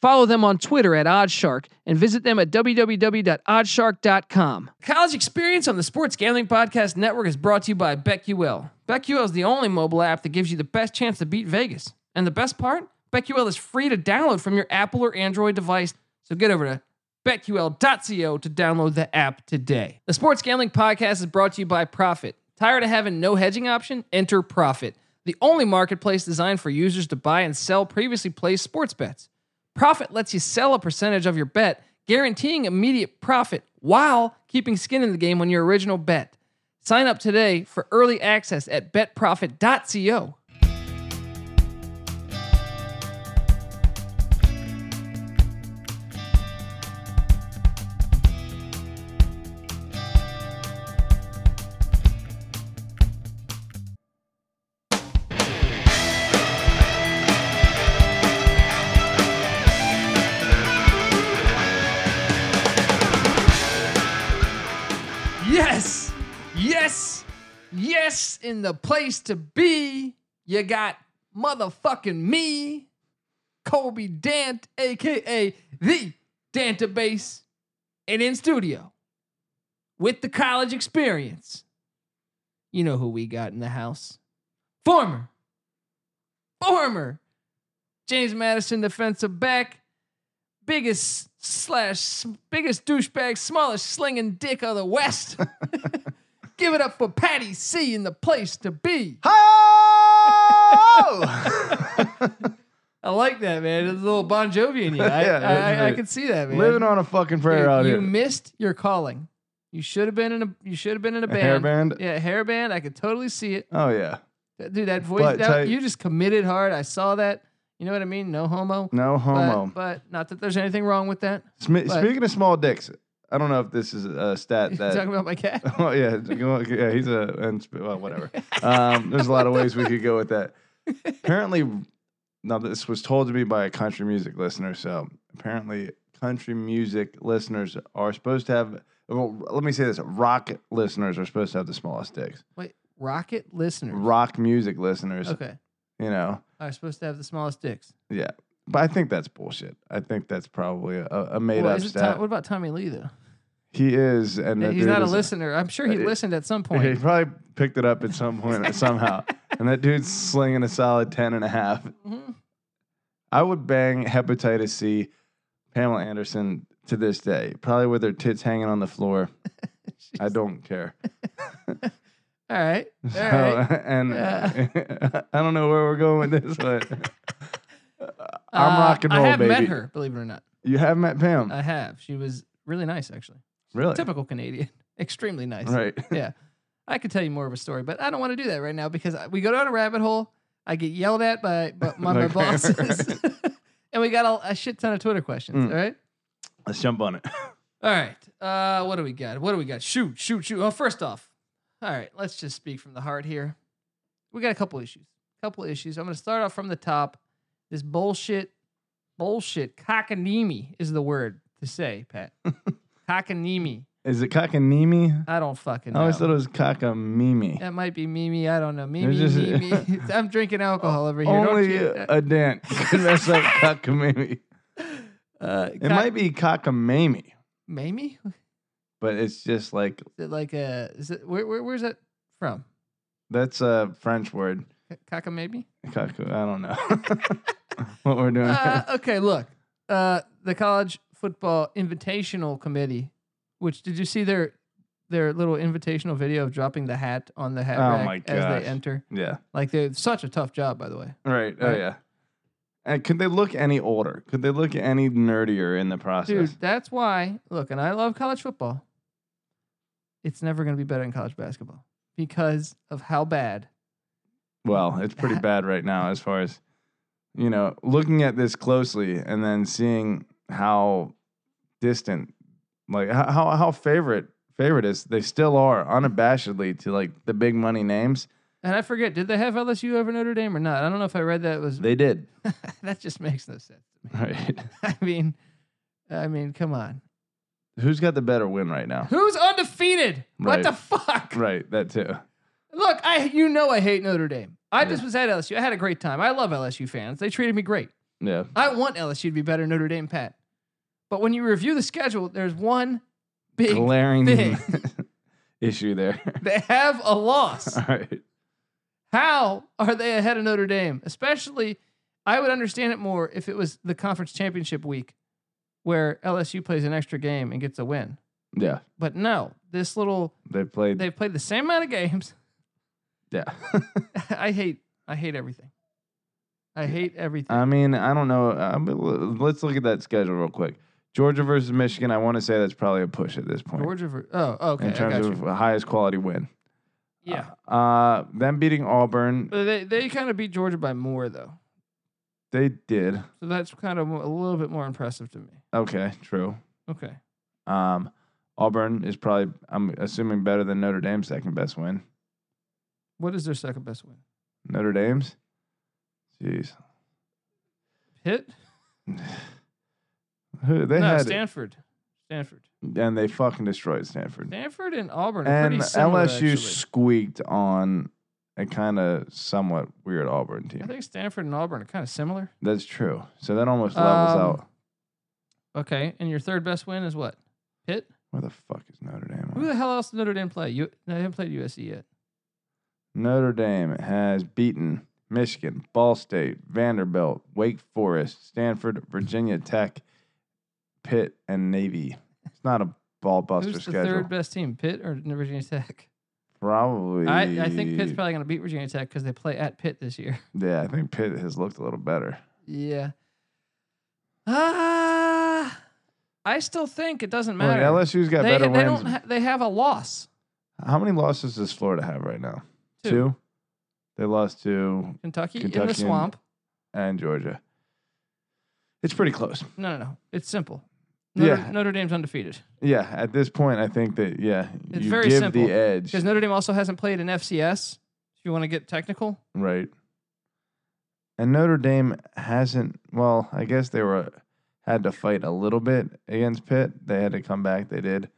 Follow them on Twitter at Oddshark and visit them at www.oddshark.com. College Experience on the Sports Gambling Podcast Network is brought to you by BetQL. BetQL is the only mobile app that gives you the best chance to beat Vegas. And the best part? BetQL is free to download from your Apple or Android device. So get over to betql.co to download the app today. The Sports Gambling Podcast is brought to you by Profit. Tired of having no hedging option? Enter Profit, the only marketplace designed for users to buy and sell previously placed sports bets. Profit lets you sell a percentage of your bet, guaranteeing immediate profit while keeping skin in the game on your original bet. Sign up today for early access at betprofit.co. Yes, yes, yes, in the place to be. You got motherfucking me, Kobe Dant, aka the Dantabase, and in studio with the college experience. You know who we got in the house. Former, former James Madison defensive back, biggest slash biggest douchebag, smallest slinging dick of the West. Give it up for Patty C in the place to be. Ho! I like that man. There's a little Bon Jovi in you. I, Yeah, I, I, I right. can see that man. Living on a fucking prayer you, out you here. missed your calling. You should have been in a. You should have been in a band. hair band? Yeah, hair band. I could totally see it, oh yeah. That- dude. That voice. But that- tight. you just committed hard. I saw that. You know what I mean? No homo. No homo. But, but not that there's anything wrong with that. Smi- but- Speaking of small dicks, I don't know if this is a stat You talking that. about my cat? Oh yeah, you want- yeah, he's a and sp- well, whatever. Um, there's a lot of ways we could go with that. Apparently, now this was told to me by a country music listener. So apparently, country music listeners are supposed to have. Well, let me say this: rock listeners are supposed to have the smallest dicks. Wait, rocket listeners. Rock music listeners, Okay. you know, Are supposed to have the smallest dicks. Yeah, but I think that's bullshit. I think that's probably a, a made Well, up is it stat. Tom- what about Tommy Lee though? he is, and that he's dude not a is- listener. I'm sure he Uh, listened at some He point. probably picked it up at some point somehow. And that dude's slinging a solid ten and a half. Mhm. I would bang hepatitis C, Pamela Anderson to this day, probably with her tits hanging on the floor. I don't care. All right. All So, right. and Yeah. I don't know where we're going with this, but I'm rock and roll, Uh, I have met baby. her, believe it or not. you have met Pam, I have. She was really nice, actually. really? Typical Canadian. Extremely nice. Right. Yeah. I could tell you more of a story, but I don't want to do that right now because I- we go down a rabbit hole. I get yelled at by, by my, my Okay, bosses. and we got a, a shit ton of Twitter questions. Mm. All right. Let's jump on it. All right. Uh, what do we got? What do we got? Shoot, shoot, shoot. Well, first off, all right, let's just speak from the heart here. We got a couple issues. Couple issues. I'm going to start off from the top. This bullshit, bullshit, cockanimi is the word to say, Pat. cockanimi. Is it cockanimi? I don't fucking I know. always thought it was cockamimi. that might be Mimi. I don't know. Mimi, just- Mimi. I'm drinking alcohol over here. don't Only uh, you? a dent could mess up cockamimi. Uh, It might be cockamamie, Mamie? but it's just like Is it like a, is it, where, where, where's that from? that's a French word. Cockamamie? Cock- I don't know what we're doing. uh, okay, look. Uh, the college football invitational committee, which did you see their their little invitational video of dropping the hat on the hat Oh rack my as gosh. they enter? yeah, Like they're such a tough job, by the way. right. Oh Right. yeah. And could they look any older? Could they look any nerdier in the process? Dude, that's why look, and I love college football. It's never gonna be better than college basketball because of how bad Well, it's pretty bad right now as far as you know, looking at this closely and then seeing how distant Like how how, how favorite favorite is they still are unabashedly to like the big money names. And I forget, did they have LSU over Notre Dame or not? I don't know if I read that was They did. that just makes no sense to me. Right. I mean, I mean, come on. Who's got the better win right now? Who's undefeated? What Right. the fuck? Right, that too. Look, I you know I hate Notre Dame. I Yeah. just was at LSU. I had a great time. I love LSU fans. They treated me great. Yeah. I want LSU to be better than Notre Dame, Pat. But when you review the schedule, there's one big Glaring thing. issue there. They have a loss. All right. How are they ahead of Notre Dame? Especially, I would understand it more if it was the conference championship week where LSU plays an extra game and gets a win. Yeah. But no, this little, They played they've played the same amount of games. yeah. I hate, I hate everything. I hate everything. I mean, I don't know. I mean, l- let's look at that schedule real quick. Georgia versus Michigan, I want to say that's probably a push at this point. Georgia, ver- oh, okay, in I got terms you. of highest quality win. yeah. Uh, them beating Auburn, But they they kind of beat Georgia by more though, they did. so that's kind of a little bit more impressive to me. Okay, true. Okay, Um, Auburn is probably, I'm assuming, better than Notre Dame's second best win. what is their second best win? Notre Dame's? Jeez. Pitt? Who- They no, had, Stanford. Stanford. and they fucking destroyed Stanford. Stanford and Auburn. Are And pretty similar, LSU actually. squeaked on a kind of somewhat weird Auburn I team. think Stanford and Auburn are kind of similar. That's true. So that almost levels Um, out. Okay, and your third best win is what? Pitt. Where the fuck is Notre Dame? Who on? the hell else did Notre Dame play? You no, they haven't played USC yet. Notre Dame has beaten Michigan, Ball State, Vanderbilt, Wake Forest, Stanford, Virginia Tech, Pitt, and Navy. It's not a ball buster Who's the schedule. third best team? Pitt or Virginia Tech? Probably. I, I think Pitt's probably going to beat Virginia Tech because they play at Pitt this year. Yeah, I think Pitt has looked a little better. Yeah. Ah, I still think it doesn't Well, matter. LSU's got they, better they wins. don't. Ha- they have a loss. How many losses does Florida have right now? Two. They lost to Kentucky, in Kentucky the and- swamp. and Georgia. It's pretty close. No, no, no. It's simple. Notre, Yeah. Notre Dame's undefeated Yeah, at this point, I think that yeah, It's you very give simple, the edge, because Notre Dame also hasn't played an FCS. If you want to get technical, right? And Notre Dame hasn't. Well, I guess they were had to fight a little bit against Pitt. They had to come back. They did,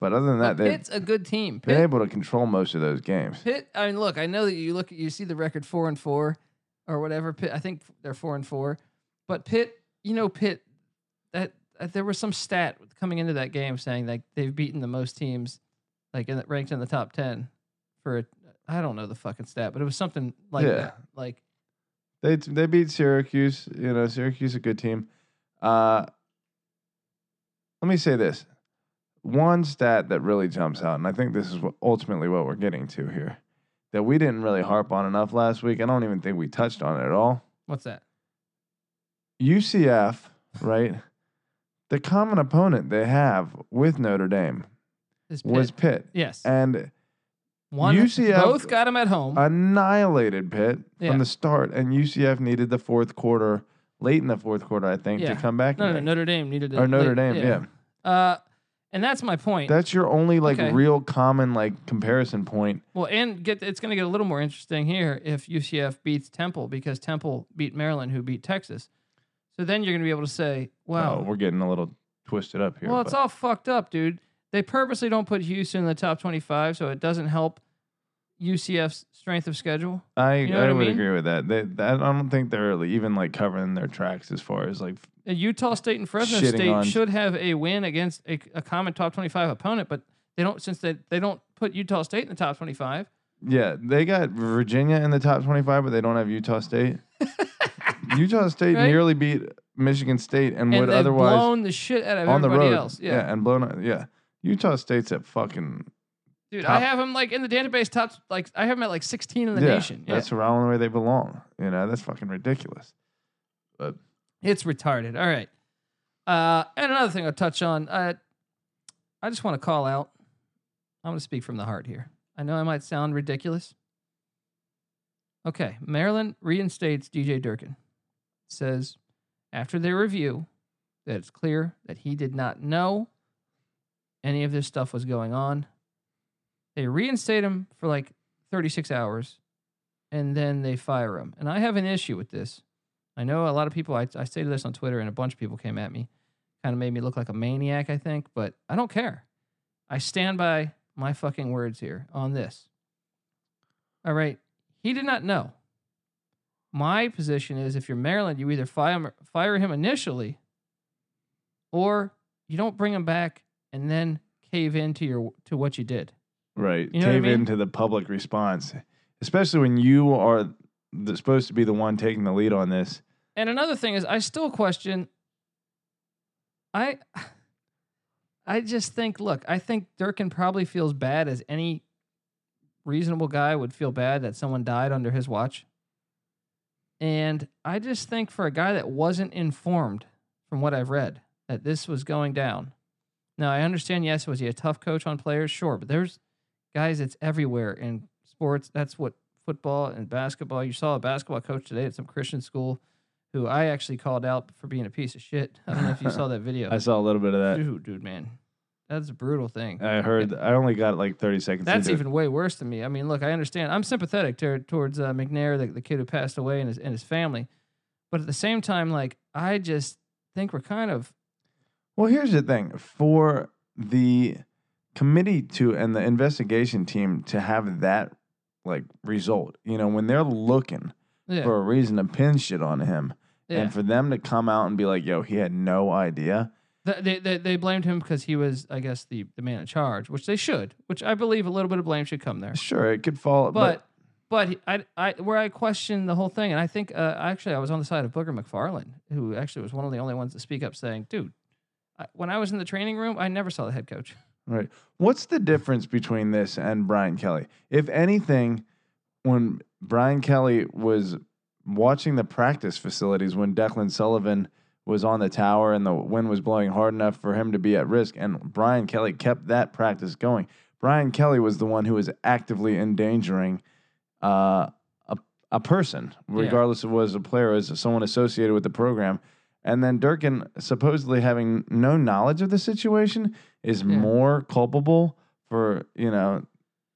but other than that, but they've Pitt's a good team. been Pitt, able to control most of those games. Pitt. I mean, look. I know that you look. You see the record four and four, or whatever. Pitt. I think they're four and four, but Pitt. You know, Pitt. That, that there was some stat coming into that game saying like they've beaten the most teams, like in the, ranked in the top ten, for a, I don't know the fucking stat, but it was something like Yeah. that. Like They they beat Syracuse. You know, Syracuse is a good team. Uh, let me say this. One stat that really jumps out, and I think this is what, ultimately what we're getting to here, that we didn't really harp on enough last week. I don't even think we touched on it at all. what's that? UCF, right? the common opponent they have with Notre Dame Is Pitt. was Pitt, yes. and One. UCF both got him at home. annihilated Pitt Yeah. from the start. And UCF needed the fourth quarter, late in the fourth quarter, I think, Yeah. to come back. no, and no, no, Notre Dame needed to or Notre they- Dame. Yeah. Uh, and that's my point. that's your only like Okay. real common like comparison point. Well, and get it's going to get a little more interesting here if UCF beats Temple because Temple beat Maryland, who beat Texas. So then you're going to be able to say, Oh, "Wow, we're getting a little twisted up here. well, it's but- all fucked up, dude." They purposely don't put Houston in the top 25, so it doesn't help UCF's strength of schedule. I you know I what I would mean? agree with that. They, that. I don't think they're really even like covering their tracks as far as like And Uh, Utah State and Fresno Shitting State on- should have a win against a, a common top 25 opponent, but they don't since they they don't put Utah State in the top 25. yeah they got Virginia in the top twenty five, but they don't have Utah State. Utah State Right? nearly beat Michigan State and, And would they've otherwise blown the shit out of on the everybody road. else. Yeah. and blown. Yeah, Utah State's at fucking Dude, I Top- have him like in the database top like I have him at like 16 in the yeah. nation. Yeah. That's around where they belong. You know, that's fucking ridiculous. It's retarded. All right. Uh, and another thing I'll touch on. Uh, I just want to call out. I'm going to speak from the heart here. I know I might sound ridiculous. Okay. Maryland reinstates DJ Durkin. Says after their review that it's clear that he did not know any of this stuff was going on. They reinstate him for like 36 hours and then they fire him. And I have an issue with this. I know a lot of people, I, I stated this on Twitter and a bunch of people came at me. Kind of made me look like a maniac, I think, but I don't care. I stand by my fucking words here on this. All right. He did not know. My position is if you're Maryland, you either fire, fire him initially or you don't bring him back and then cave into your to what you did. Right. Mm. You know what I Cave mean? into the public response, especially when you are the, supposed to be the one taking the lead on this. And another thing is I still question I I just think look, I think Durkin probably feels bad as any reasonable guy would feel bad that someone died under his watch. And I just think for a guy that wasn't informed from what I've read that this was going down. Now I understand yes, was he a tough coach on players? Sure, but there's guys it's everywhere in sports. That's what football and basketball. You saw a basketball coach today at some Christian school who I actually called out for being a piece of shit. I don't know if you saw that video. I saw a little bit of that. dude, dude, man. That's a brutal thing. I heard. I only got like thirty seconds. That's into it. even way worse than me. I mean, look, I understand. I'm sympathetic to, towards uh, McNair, the, the kid who passed away, and his and his family. But at the same time, like I just think we're kind of Well, here's the thing for the committee to and the investigation team to have that like result, you know, when they're looking yeah, for a reason to pin shit on him yeah. and for them to come out and be like, yo, he had no idea. Th- they, they they blamed him because he was, I guess, the the man in charge, which they should. Which I believe a little bit of blame should come there. Sure, it could fall, But but but, he- I I where I question the whole thing, and I think uh, actually I was on the side of Booker McFarland, who actually was one of the only ones to speak up, saying, "Dude, I, when I was in the training room, I never saw the head coach." right. What's the difference between this and Brian Kelly? If anything, when Brian Kelly was watching the practice facilities when Declan Sullivan was on the tower and the wind was blowing hard enough for him to be at risk, and Brian Kelly kept that practice going. Brian Kelly was the one who was actively endangering uh, a a person, regardless of was a player, as someone associated with the program. And then Durkin, supposedly having no knowledge of the situation, is Yeah. more culpable for you know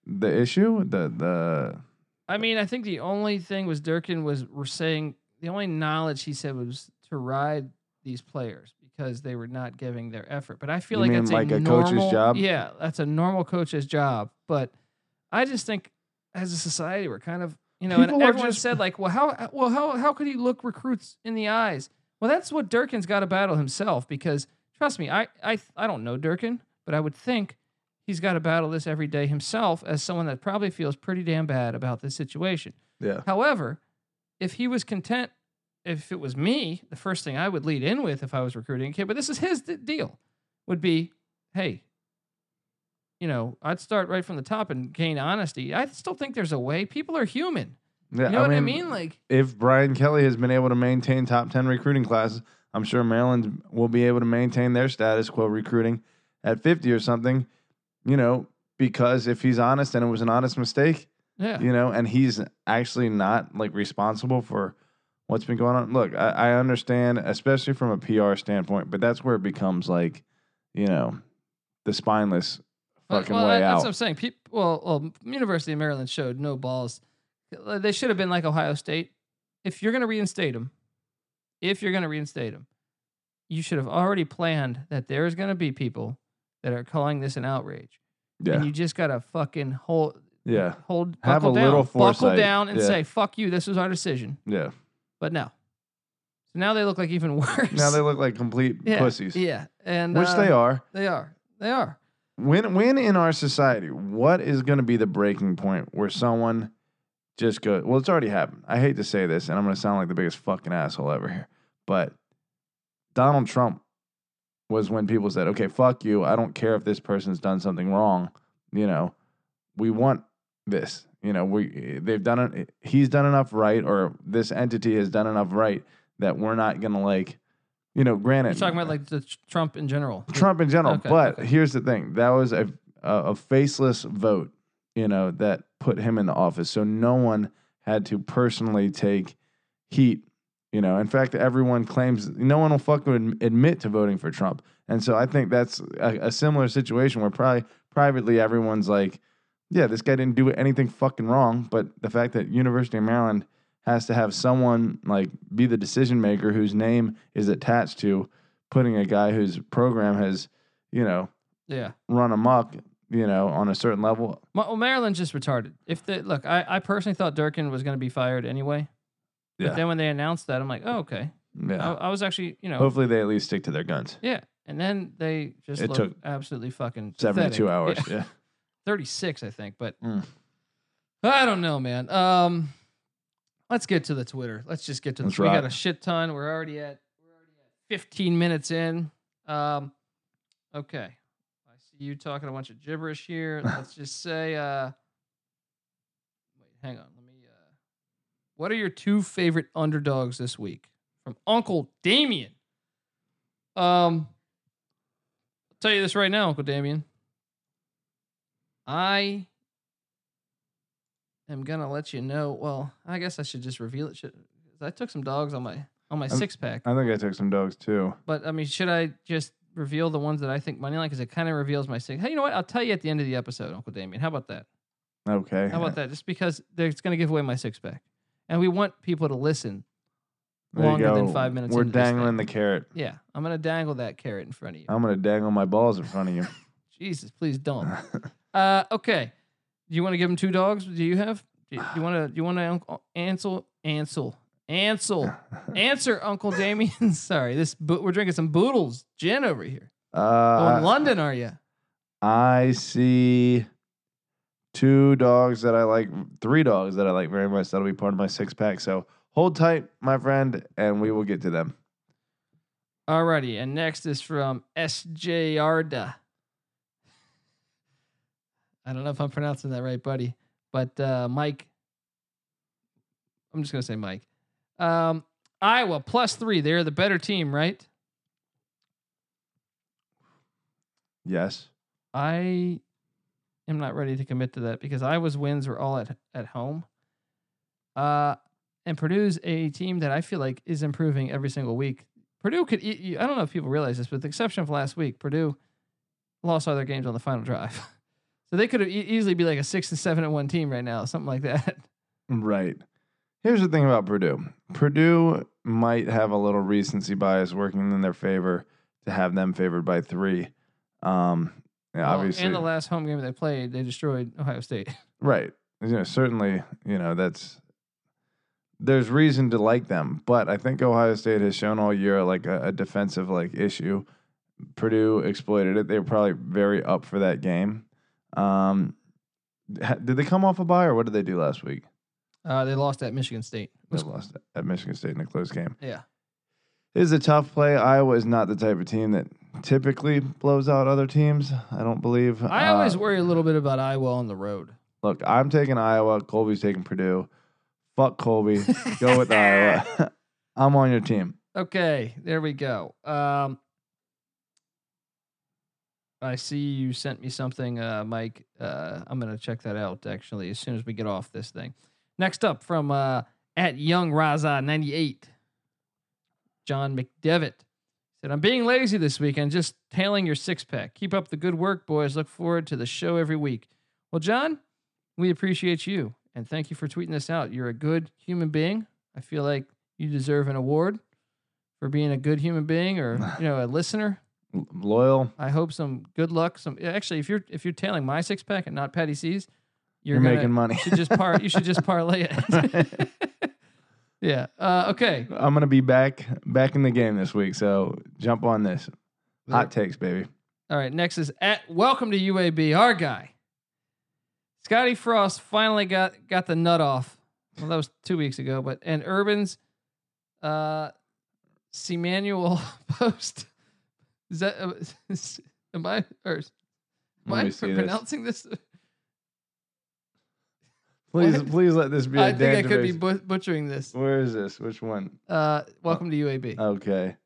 the issue. The the I mean, I think the only thing was Durkin was were saying the only knowledge he said was to ride these players because they were not giving their effort. But I feel You like mean that's like a, a normal, coach's job? Yeah, that's a normal coach's job. But I just think as a society, we're kind of you know, and People are everyone just- said like, well, how well how how could he look recruits in the eyes? Well, that's what Durkin's got to battle himself because trust me, I I I don't know Durkin, but I would think he's got to battle this every day himself as someone that probably feels pretty damn bad about this situation. yeah. However, if he was content, if it was me, the first thing I would lead in with if I was recruiting a kid, but this is his d- deal, would be, hey, you know, I'd start right from the top and gain honesty. I still think there's a way. People are human. Yeah, You know what I mean? Like, if Brian Kelly has been able to maintain top 10 recruiting classes, I'm sure Maryland will be able to maintain their status quo recruiting at 50 or something, you know, because if he's honest and it was an honest mistake, yeah. you know, and he's actually not like responsible for what's been going on. Look, I, I understand, especially from a PR standpoint, but that's where it becomes like, you know, the spineless Well, fucking well, way that- That's out. what I'm saying. Peop well, well, University of Maryland showed no balls. Uh, They should have been like Ohio State. If you're going to reinstate them, if you're going to reinstate them, you should have already planned that there's going to be people that are calling this an outrage, and yeah. you just got to fucking hold, Yeah. hold, Have buckle a down, little buckle foresight. down, and Yeah. say, "Fuck you. This was our decision." Yeah. But no. So now they look like even worse. Now they look like complete yeah, pussies, Yeah, and which uh, they are. They are. They are. When when in our society, what is going to be the breaking point where someone just goes? Well, it's already happened. I hate to say this, and I'm going to sound like the biggest fucking asshole ever here, but Donald Trump was when people said, "Okay, fuck you. I don't care if this person's done something wrong. You know, we want this. You know, we they've done it. He's done enough right, or this entity has done enough right that we're not going to like." You know, granted, You're talking about like the tr- Trump in general. Trump in general. Okay, but okay. here's the thing: that was a, a a faceless vote, you know, that put him in the office. So no one had to personally take heat You know, in fact, everyone claims no one will fucking admit to voting for Trump, and so I think that's a, a similar situation where probably privately everyone's like, "Yeah, this guy didn't do anything fucking wrong," but the fact that University of Maryland has to have someone like be the decision maker whose name is attached to putting a guy whose program has, you know, Yeah. run amok, you know, on a certain level. Ma- Well, Maryland's just retarded. If the look, I, I personally thought Durkin was going to be fired anyway. Yeah. But then when they announced that, I'm like, oh okay. Yeah. I, I was actually, you know, Hopefully they at least stick to their guns. yeah. And then they just It looked took absolutely fucking pathetic. 72 hours. Yeah. Yeah. 36, I think. But Mm. I don't know, man. Um, let's get to the Twitter. Let's just get to the. Let's We got rock. a shit ton. We're already at we're already at 15 minutes in. Um, okay. I see you talking a bunch of gibberish here. Let's just say. Uh, wait, hang on. Let me. Uh, what are your two favorite underdogs this week from Uncle Damien? Um, I'll tell you this right now, Uncle Damien. I am gonna let you know. Well, I guess I should just reveal it. Should, 'cause I took some dogs on my on my I'm- six pack, I think I took some dogs too. but I mean, should I just reveal the ones that I think money line because it kind of reveals my six? Hey, you know what? I'll tell you at the end of the episode, Uncle Damien. How about that? Okay. How about that? Just because they're- it's gonna give away my six pack, and we want people to listen. There you Longer than go. five minutes We're into this thing. dangling the carrot. Yeah, I'm gonna dangle that carrot in front of you. I'm going to dangle my balls in front of you. Jesus, please don't. Uh, okay. Do you want to give him two dogs? Do you have? Do you, want to? Do you want to Uncle Ansel? Ansel? Ansel? Answer, Uncle Damien. Sorry, this bo- we're drinking some Boodles gin over here. Oh, in Uh, London, are you? I see two dogs that I like, three dogs that I like very much. That'll be part of my six pack. So hold tight, my friend, and we will get to them. Alrighty, and next is from S.J. Arda. I don't know if I'm pronouncing that right, buddy, but uh, Mike. I'm just gonna say Mike. Um, Iowa plus three. They're the better team, right? Yes. I am not ready to commit to that because Iowa's wins were all at at home. Uh, and Purdue's a team that I feel like is improving every single week. Purdue could eat you. I don't know if people realize this, but with the exception of last week, Purdue lost all their games on the final drive. so they could have e- easily be like a six and seven and one team right now, something like that. Right. Here's the thing about Purdue. Purdue might have a little recency bias working in their favor to have them favored by three. Um, yeah, Well, obviously, And the last home game they played, they destroyed Ohio State. right. You know, certainly, you know that's there's reason to like them, but I think Ohio State has shown all year like a, a defensive like issue. Purdue exploited it. They were probably very up for that game. Um, ha- did they come off a bye or what did they do last week? Uh, they lost at Michigan State. They lost at Michigan State in a close game. Yeah. It is a tough play. Iowa is not the type of team that typically blows out other teams. I don't believe. I always Uh, worry a little bit about Iowa on the road. look. I'm taking Iowa. Colby's taking Purdue. Fuck Colby. Go with Iowa. I'm on your team. Okay, there we go. Um, I see you sent me something, uh, Mike. Uh, I'm gonna check that out actually as soon as we get off this thing. Next up from uh, at Young Raza 98, John McDevitt said, "I'm being lazy this weekend, just tailing your six pack. Keep up the good work, boys. Look forward to the show every week." Well, John, we appreciate you and thank you for tweeting this out. You're a good human being. I feel like you deserve an award for being a good human being or you know a listener. L- Loyal. I hope some good luck. Some actually, if you're if you're tailing my six pack and not Patty C's, You're, you're, gonna, making money. You should just par. You should just parlay it. yeah. Uh, okay. I'm gonna be back back in the game this week. So jump on this. Hot takes, baby. All right, next is at welcome to UAB, our guy. Scotty Frost finally got got the nut off. Well, that was two weeks ago, but and Urban's uh Semanuel post. Is that uh, is- am I or is- am Let I me see this. pronouncing this? Please, What? please let this be a I think I damn could be debate. but- butchering this. Where is this? Which one? Uh welcome to UAB. Okay.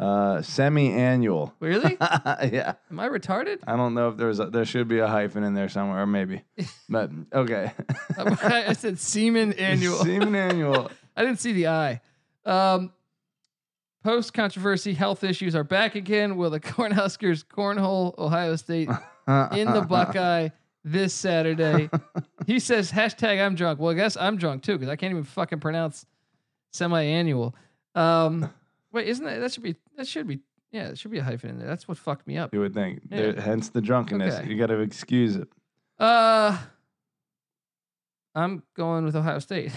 Uh, semi-annual. really? yeah. Am I retarded? I don't know if there's a, there should be a hyphen in there somewhere, or maybe. But okay. I said semen annual. Semen annual. I didn't see the eye. Um, Post controversy health issues are back again. Will the Cornhuskers cornhole Ohio State in Uh, the Buckeye this Saturday? He says hashtag I'm drunk. Well, I guess I'm drunk too because I can't even fucking pronounce semi-annual. Um, wait, isn't that that should be that should be yeah it should be a hyphen in there. That's what fucked me up. You would think. Yeah. There- hence the drunkenness. Okay. You got to excuse it. Uh, I'm going with Ohio State.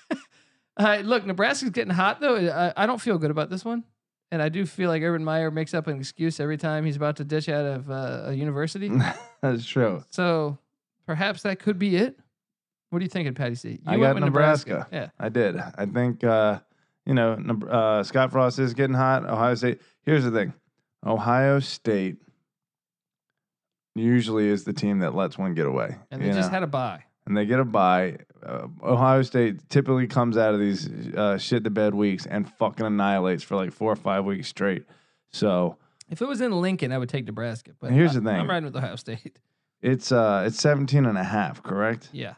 uh, look, Nebraska's getting hot though. I, I don't feel good about this one, and I do feel like Urban Meyer makes up an excuse every time he's about to ditch out of uh, a university. That's true. so perhaps that could be it. What are you thinking, Patty C? You I went got with Nebraska. Yeah. I did. I think uh, you know Neb- uh, Scott Frost is getting hot. Ohio State. Here's the thing: Ohio State usually is the team that lets one get away, And they you just know? had a bye. and they get a bye. Uh, Ohio State typically comes out of these uh, shit the bed weeks and fucking annihilates for like four or five weeks straight. So If it was in Lincoln, I would take Nebraska. But And here's I- the thing. I'm riding with Ohio State. it's uh it's 17 and a half, correct? yeah.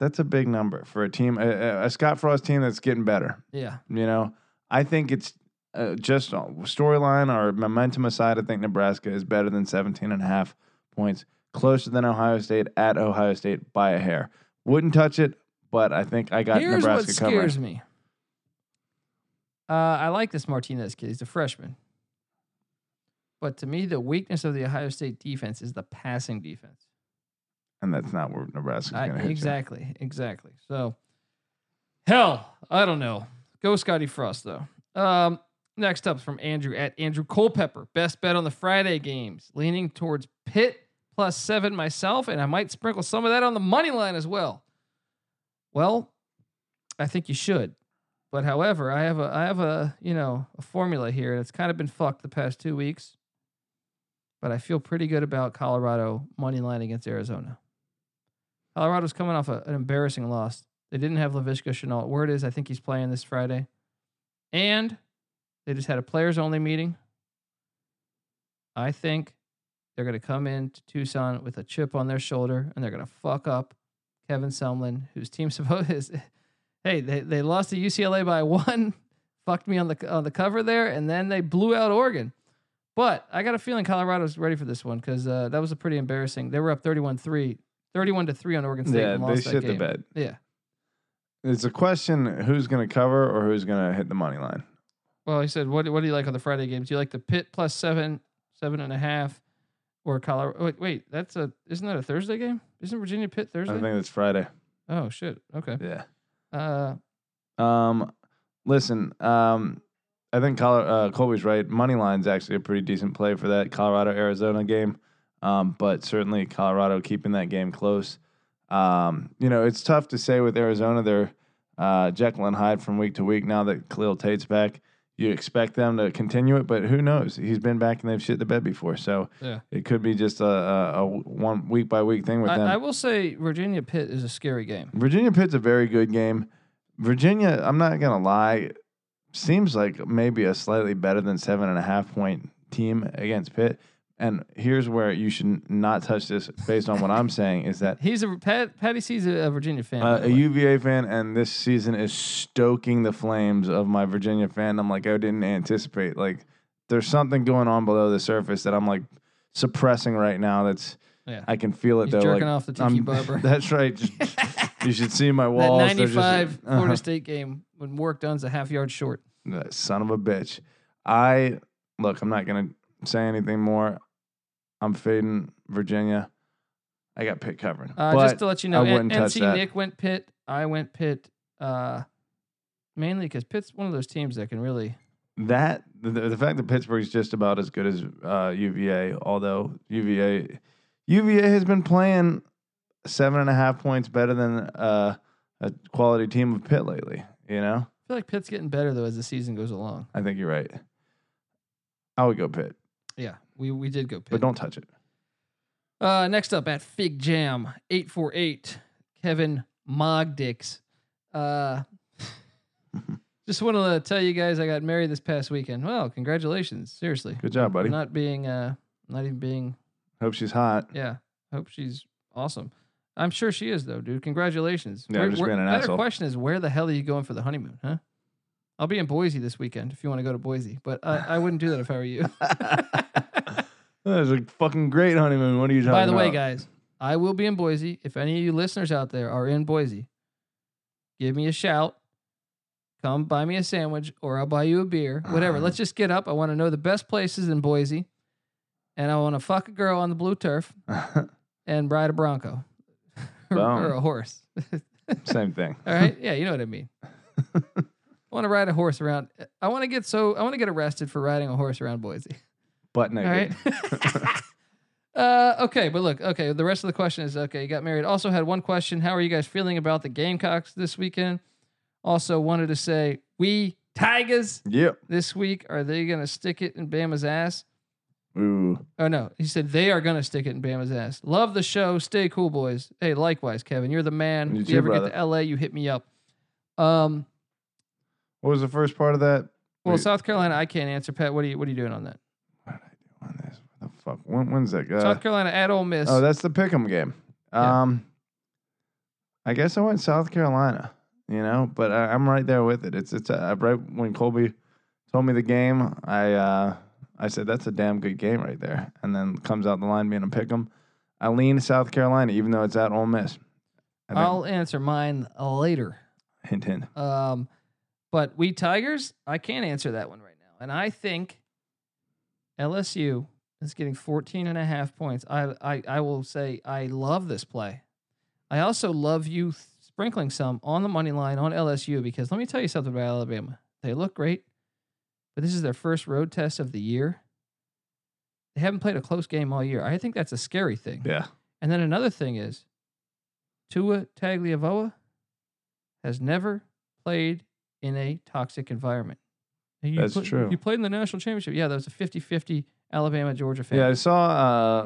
That's a big number for a team a, a Scott Frost team that's getting better. Yeah. You know, I think it's uh, just uh, storyline or momentum aside. I think Nebraska is better than 17 and a half points, closer than Ohio State at Ohio State by a hair. Wouldn't touch it, but I think I got Here's Nebraska what covered. scares me. Uh, I like this Martinez kid. He's a freshman. But to me, the weakness of the Ohio State defense is the passing defense. And that's not where Nebraska's I- going to hit. you. exactly, exactly. So, hell, I don't know. Go Scotty Frost though. Um, next up is from Andrew at Andrew Culpepper. Best bet on the Friday games, leaning towards Pitt plus seven myself, and I might sprinkle some of that on the money line as well. Well, I think you should. But however, I have a I have a you know a formula here that's kind of been fucked the past two weeks. But I feel pretty good about Colorado money line against Arizona. Colorado's coming off a, an embarrassing loss. They didn't have Laviska Chenault. Word is, I think he's playing this Friday. And they just had a players only meeting. I think they're going to come into Tucson with a chip on their shoulder and they're going to fuck up Kevin Sumlin, whose team supposed is. Hey, they, they lost to UCLA by one, fucked me on the on the cover there, and then they blew out Oregon. But I got a feeling Colorado's ready for this one because uh, that was a pretty embarrassing. They were up 31 3, 31 to 3 on Oregon State Yeah, and they lost that shit the game. bed. Yeah. It's a question who's going to cover or who's going to hit the money line. Well, he said, "What what do you like on the Friday games? Do you like the Pitt plus seven, seven and a half, or Colorado? Wait, wait, that's a isn't that a Thursday game? Isn't Virginia Pitt I Thursday? think it's Friday. Oh shit. Okay. Yeah. Uh, Um, listen, um, I think Col- uh, Colby's right. Money line's actually a pretty decent play for that Colorado Arizona game, um, but certainly Colorado keeping that game close. Um, you know, it's tough to say with Arizona. They're uh, Jekyll and Hyde from week to week now that Khalil Tate's back. You expect them to continue it, but who knows? He's been back and they've shit the bed before, so Yeah. it could be just a, a, a one week by week thing with I, them. I will say Virginia Pitt is a scary game. Virginia Pitt's a very good game. Virginia, I'm not gonna lie, seems like maybe a slightly better than seven and a half point team against Pitt. And here's where you should not touch this based on what I'm saying is that He's a Pat, Patty C's a, a Virginia fan. by uh, the a way. UVA fan and this season is stoking the flames of my Virginia fandom like I didn't anticipate. Like there's something going on below the surface that I'm like suppressing right now that's yeah. I can feel it He's though. jerking like, off the tiki I'm- barber. That's right. Just- you should see my that walls. They're just- 95 Florida Uh-huh. State game when Warwick Dunn's a half yard short. That son of a bitch. I look, I'm not gonna say anything more. I'm fading Virginia. I got pit covering. Uh, but just to let you know, I N- wouldn't touch NC that. Nick went Pitt. I went Pitt. Uh, mainly because Pitt's one of those teams that can really that the, the fact that Pittsburgh's just about as good as uh, UVA, although UVA UVA has been playing seven and a half points better than uh, a quality team of Pitt lately. You know, I feel like Pitt's getting better though as the season goes along. I think you're right. I would go Pitt, Yeah, we we did go but Pitt. don't touch it. Uh, next up at Fig Jam eight four eight, Kevin Mogdix. Uh, just wanted to tell you guys I got married this past weekend. Well, congratulations, seriously. Good job, buddy. Not being uh, not even being Hope she's hot. yeah. Hope she's awesome. I'm sure she is though, dude. Congratulations. Yeah, I'm just being an better asshole. question is where the hell are you going for the honeymoon, huh? I'll be in Boise this weekend if you want to go to Boise, but I, I wouldn't do that if I were you. That was a fucking great honeymoon. What are you talking about? By the way, guys, I will be in Boise. If any of you listeners out there are in Boise, give me a shout. Come buy me a sandwich or I'll buy you a beer. Whatever. Let's just get up. I want to know the best places in Boise. And I want to fuck a girl on the blue turf and ride a Bronco or, Boom. or a horse. Same thing. All right. Yeah, you know what I mean. I want to ride a horse around. I want to get so I want to get arrested for riding a horse around Boise. Butt All right. naked. uh, okay, but look, okay. The rest of the question is okay. You got married. Also had one question. How are you guys feeling about the Gamecocks this weekend? Also wanted to say we Tigers Yep. this week. Are they gonna stick it in Bama's ass? Ooh. Oh no, he said they are gonna stick it in Bama's ass. Love the show. Stay cool, boys. Hey, likewise, Kevin. You're the man. You if too, you ever brother. get to LA, you hit me up. Um. What was the first part of that? Well, Wait. South Carolina, I can't answer. Pat, what are you what are you doing on that? What did I do on this? What the fuck? When, when's that? Uh, South Carolina at Ole Miss. oh, that's the pick'em game. Yeah. Um, I guess I went South Carolina. You know, but I, I'm right there with it. It's it's uh, right when Colby told me the game. I uh, I said that's a damn good game right there. And then comes out the line being a pick'em. I lean South Carolina, even though it's at Ole Miss. I think- I'll answer mine later. hint hint. Um, but we Tigers, I can't answer that one right now. And I think LSU is getting 14 and a half points. I, I, I will say I love this play. I also love you th- sprinkling some on the money line on LSU because let me tell you something about Alabama. They look great, but this is their first road test of the year. They haven't played a close game all year. I think that's a scary thing. Yeah. And then another thing is, Tua Tagliavoa has never played in a toxic environment. And You That's pla- true. You played in the national championship. Yeah, that was a 50 50 Alabama Georgia fan. Yeah, I saw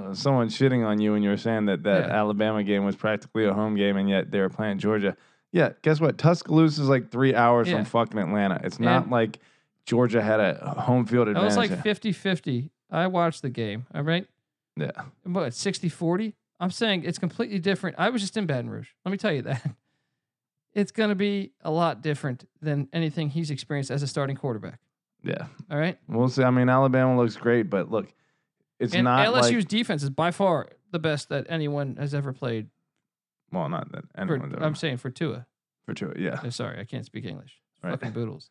uh, someone shitting on you when you were saying that that Yeah. Alabama game was practically a home game, and yet they were playing Georgia. Yeah, guess what? Tuscaloosa is like three hours Yeah. from fucking Atlanta. It's not And- like Georgia had a home field that advantage. was like 50 50. I watched the game. All right. yeah, But 60 40. I'm saying it's completely different. I was just in Baton Rouge. Let me tell you that. It's going to be a lot different than anything he's experienced as a starting quarterback. yeah. All right. We'll see. I mean, Alabama looks great, but look, it's and not LSU's like defense is by far the best that anyone has ever played well, not that For- anyone's ever I'm saying for Tua. for sure. Yeah, I'm sorry, I can't speak English. Right. Fucking Boodles.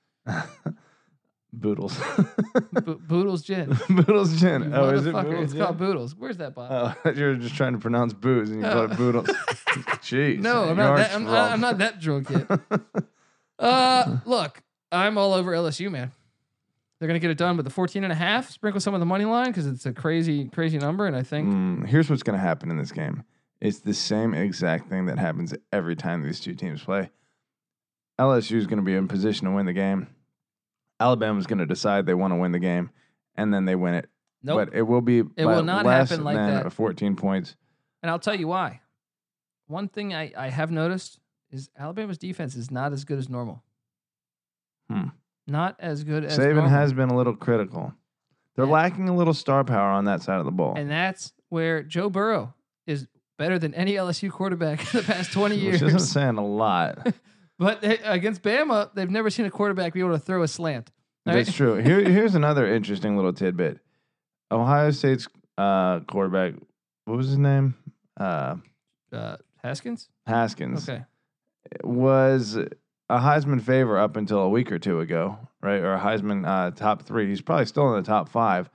Boodles, Bo- Boodles gin. Boodles You gin. Oh, is it motherfucker. Boodles? It's gin? called Boodles. Where's that bottle? Oh, you're just trying to pronounce booze and you call Oh. it boodles. Jeez. no, you I'm not, are that, I'm, not, I'm not that drunk yet. strong. Uh, look, I'm all over LSU, man. They're going to get it done with the 14 and a half. Sprinkle some of the money line because it's a crazy, crazy number. And I think, Mm, here's what's going to happen in this game. It's the same exact thing that happens every time these two teams play. LSU is going to be in position to win the game. Alabama's going to decide they want to win the game, and then they win it. nope. But it will be it will not less happen like than that. 14 points. And I'll tell you why. One thing I, I have noticed is Alabama's defense is not as good as normal. Hmm. Not as good as Saban normal. has been a little critical. They're Yeah. lacking a little star power on that side of the ball. And that's where Joe Burrow is better than any LSU quarterback in the past 20 Which isn't years. saying a lot. But they, against Bama, they've never seen a quarterback be able to throw a slant. All That's right? true. Here, here's another interesting little tidbit. Ohio State's uh, quarterback, what was his name? Uh, Uh, Haskins? Haskins Okay. was a Heisman favor up until a week or two ago, right? Or a Heisman uh, top three. He's probably still in the top five.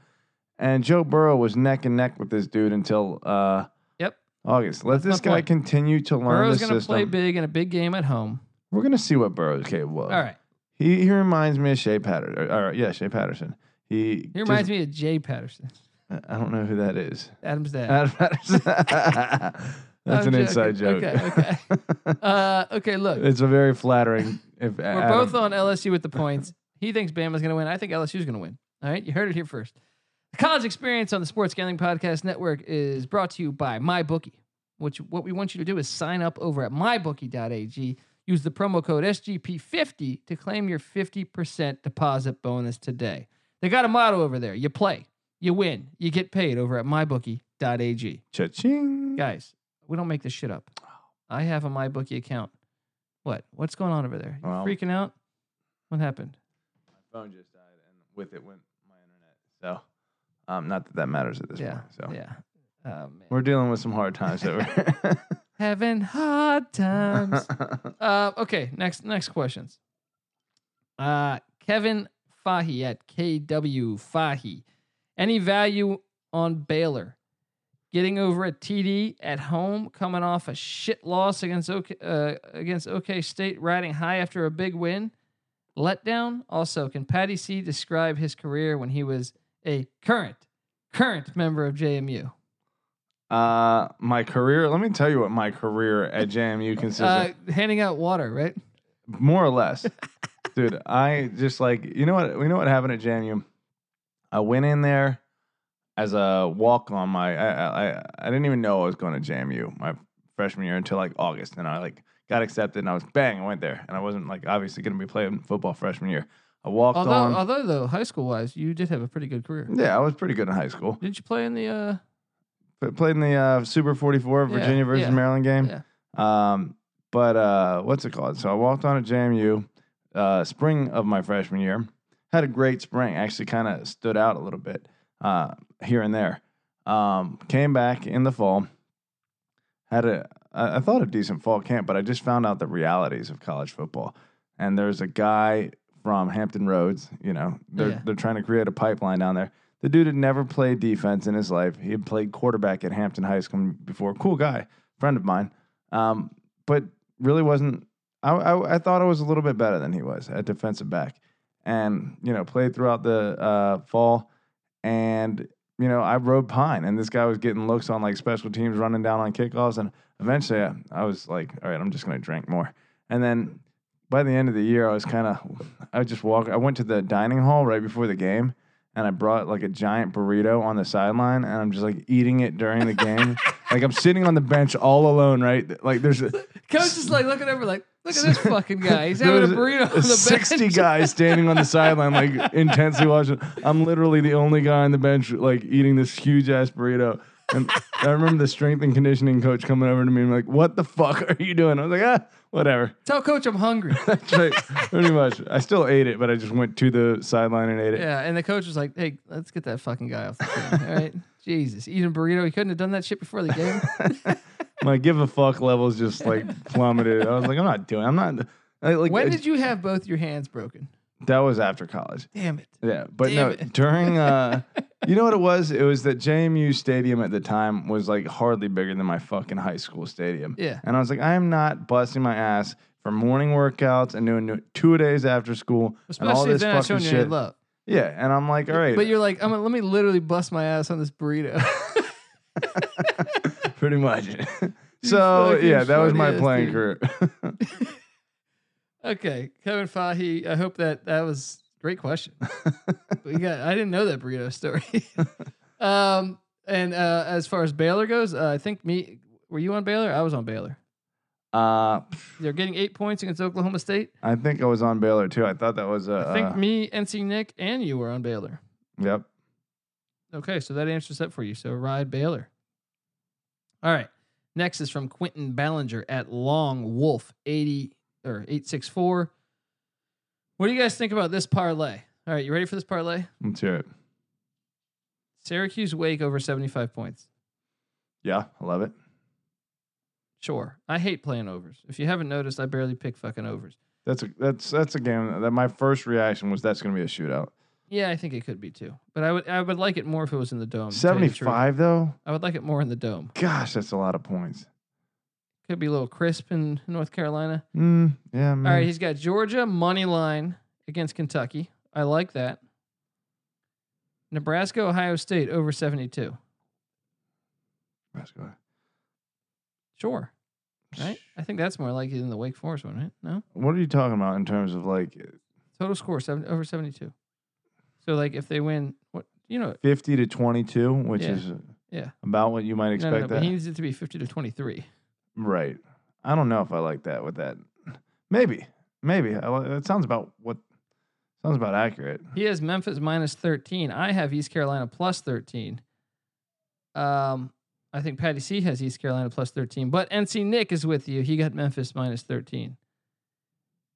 And Joe Burrow was neck and neck with this dude until uh, Yep. August. Let That's this my guy point. continue to learn Burrow's the going to play system. big in a big game at home. We're gonna see what Burrow's capable of. All right. He he reminds me of Shea Patterson. Or, or, yeah, Shea Patterson. He, He reminds me of Jay Patterson, me. I don't know who that is. Adam's dad. Adam Patterson. That's I'm an inside joking. joke. Okay, uh, okay, look. it's a very flattering. If We're both on LSU with the points. He thinks Bama's going to win. I think LSU's going to win. All right, you heard it here first. The college experience on the Sports Gambling Podcast Network is brought to you by MyBookie. Which what we want you to do is sign up over at mybookie.ag. Use the promo code SGP50 to claim your 50% deposit bonus today. They got a motto over there: you play, you win, you get paid over at mybookie.ag Cha-ching. guys, we don't make this shit up. Oh. I have a MyBookie account. What? What's going on over there? You Well- freaking out? What happened? phone just died, and with it went my internet. So, um, not that that matters at this yeah. point. So Yeah. Oh, man. we're dealing with some hard times over. having hard times. here. Uh, okay, next next questions. Uh, Kevin Fahy at KW Fahy. Any value on Baylor? Getting over a TD at home, coming off a shit loss against OK uh, against OK State, riding high after a big win. Letdown. Also, can Patty C describe his career when he was a current current member of JMU? uh, my career. Let me tell you what my career at JMU consists Uh, of. handing out water, right? more or less. Dude, I just like you know what you know what happened at JMU. I went in there as a walk on my I, I I didn't even know I was going to JMU my freshman year until like August, and I like got accepted, and I was bang, I went there, and I wasn't like obviously going to be playing football freshman year. I walked Although, on. although though, high school wise, you did have a pretty good career. yeah, I was pretty good in high school. Did you play in the? uh But played in the uh, Super 44 Yeah, Virginia versus yeah, Maryland game. Um, but uh, what's it called? So I walked on at JMU uh, spring of my freshman year. Had a great spring. Actually, kind of stood out a little bit uh, here and there. Um, came back in the fall. Had a I I thought a decent fall camp, but I just found out the realities of college football. And there's a guy from Hampton Roads. You know, they're Yeah. they're trying to create a pipeline down there. The dude had never played defense in his life. He had played quarterback at Hampton High School before. Cool guy, friend of mine. Um, but really wasn't. I, I I thought I was a little bit better than he was at defensive back, and you know played throughout the uh, fall, and you know I rode pine, and this guy was getting looks on like special teams, running down on kickoffs, and eventually I, I was like, all right, I'm just gonna drink more, and then by the end of the year, I was kind of, I just walk. I went to the dining hall right before the game, and I brought like a giant burrito on the sideline, and I'm just like eating it during the game. like I'm sitting on the bench all alone, right? Like there's a, Coach is like looking over, like, look at this fucking guy. He's having a there was burrito on the sixty bench. guys standing on the sideline, like intensely watching. I'm literally the only guy on the bench, like eating this huge ass burrito. And I remember the strength and conditioning coach coming over to me and like, "What the fuck are you doing?" I was like, "Ah, whatever." Tell coach I'm hungry. That's right. Pretty much. I still ate it, but I just went to the sideline and ate it. Yeah, and the coach was like, "Hey, let's get that fucking guy off the team." All right, Jesus, eating a burrito. He couldn't have done that shit before the game. My give a fuck levels just like plummeted. I was like, I'm not doing. I'm not. I, like When I- did you have both your hands broken? that was after college. Damn it. Yeah, but Damn no, it. during uh, you know what it was? It was that JMU stadium at the time was like hardly bigger than my fucking high school stadium. Yeah. and I was like, I am not busting my ass for morning workouts and doing two days after school and Especially all if this they're not fucking showing you any shit. love. Yeah, and I'm like, all right, But you're like, I'm gonna, let me literally bust my ass on this burrito. pretty much. so fucking yeah, that was funny my ass playing dude. career. okay, Kevin Fahy. I hope that that was great question. we got. I didn't know that burrito story. um, and uh, as far as Baylor goes, uh, I think me. Were you on Baylor? I was on Baylor. uh, They're getting eight points against Oklahoma State. I think I was on Baylor too. I thought that was uh, I think uh, me, NC Nick, and you were on Baylor. yep. Okay, so that answers that for you. So ride Baylor. All right. Next is from Quentin Ballinger at Long Wolf eighty or eight six four. What do you guys think about this parlay? All right, you ready for this parlay? Let's hear it. Syracuse Wake over seventy five points. Yeah, I love it. Sure. I hate playing overs. If you haven't noticed, I barely pick fucking overs. That's a that's that's a game that my first reaction was that's going to be a shootout. Yeah, I think it could be too. But I would I would like it more if it was in the dome. to tell you Seventy the truth. five though. I would like it more in the dome. Gosh. Gosh, that's a lot of points. Could be a little crisp in North Carolina. Mm, yeah, All right, man. he's got Georgia money line against Kentucky. I like that. Nebraska, Ohio State over 72. Let's go. Sure. Right? I think that's more likely than the Wake Forest one, right? No. What are you talking about in terms of like Total score seven, over 72. So like if they win what you know, fifty to twenty two, which Yeah. is Yeah. about what you might no, no, no, expect but that he needs it to be 50 to 23. right. I don't know if I like that with that. Maybe, maybe I, li- that sounds about what sounds about accurate. He has Memphis minus 13. I have East Carolina plus 13. Um I think Patty C has East Carolina plus 13, but NC Nick is with you. He got Memphis minus 13.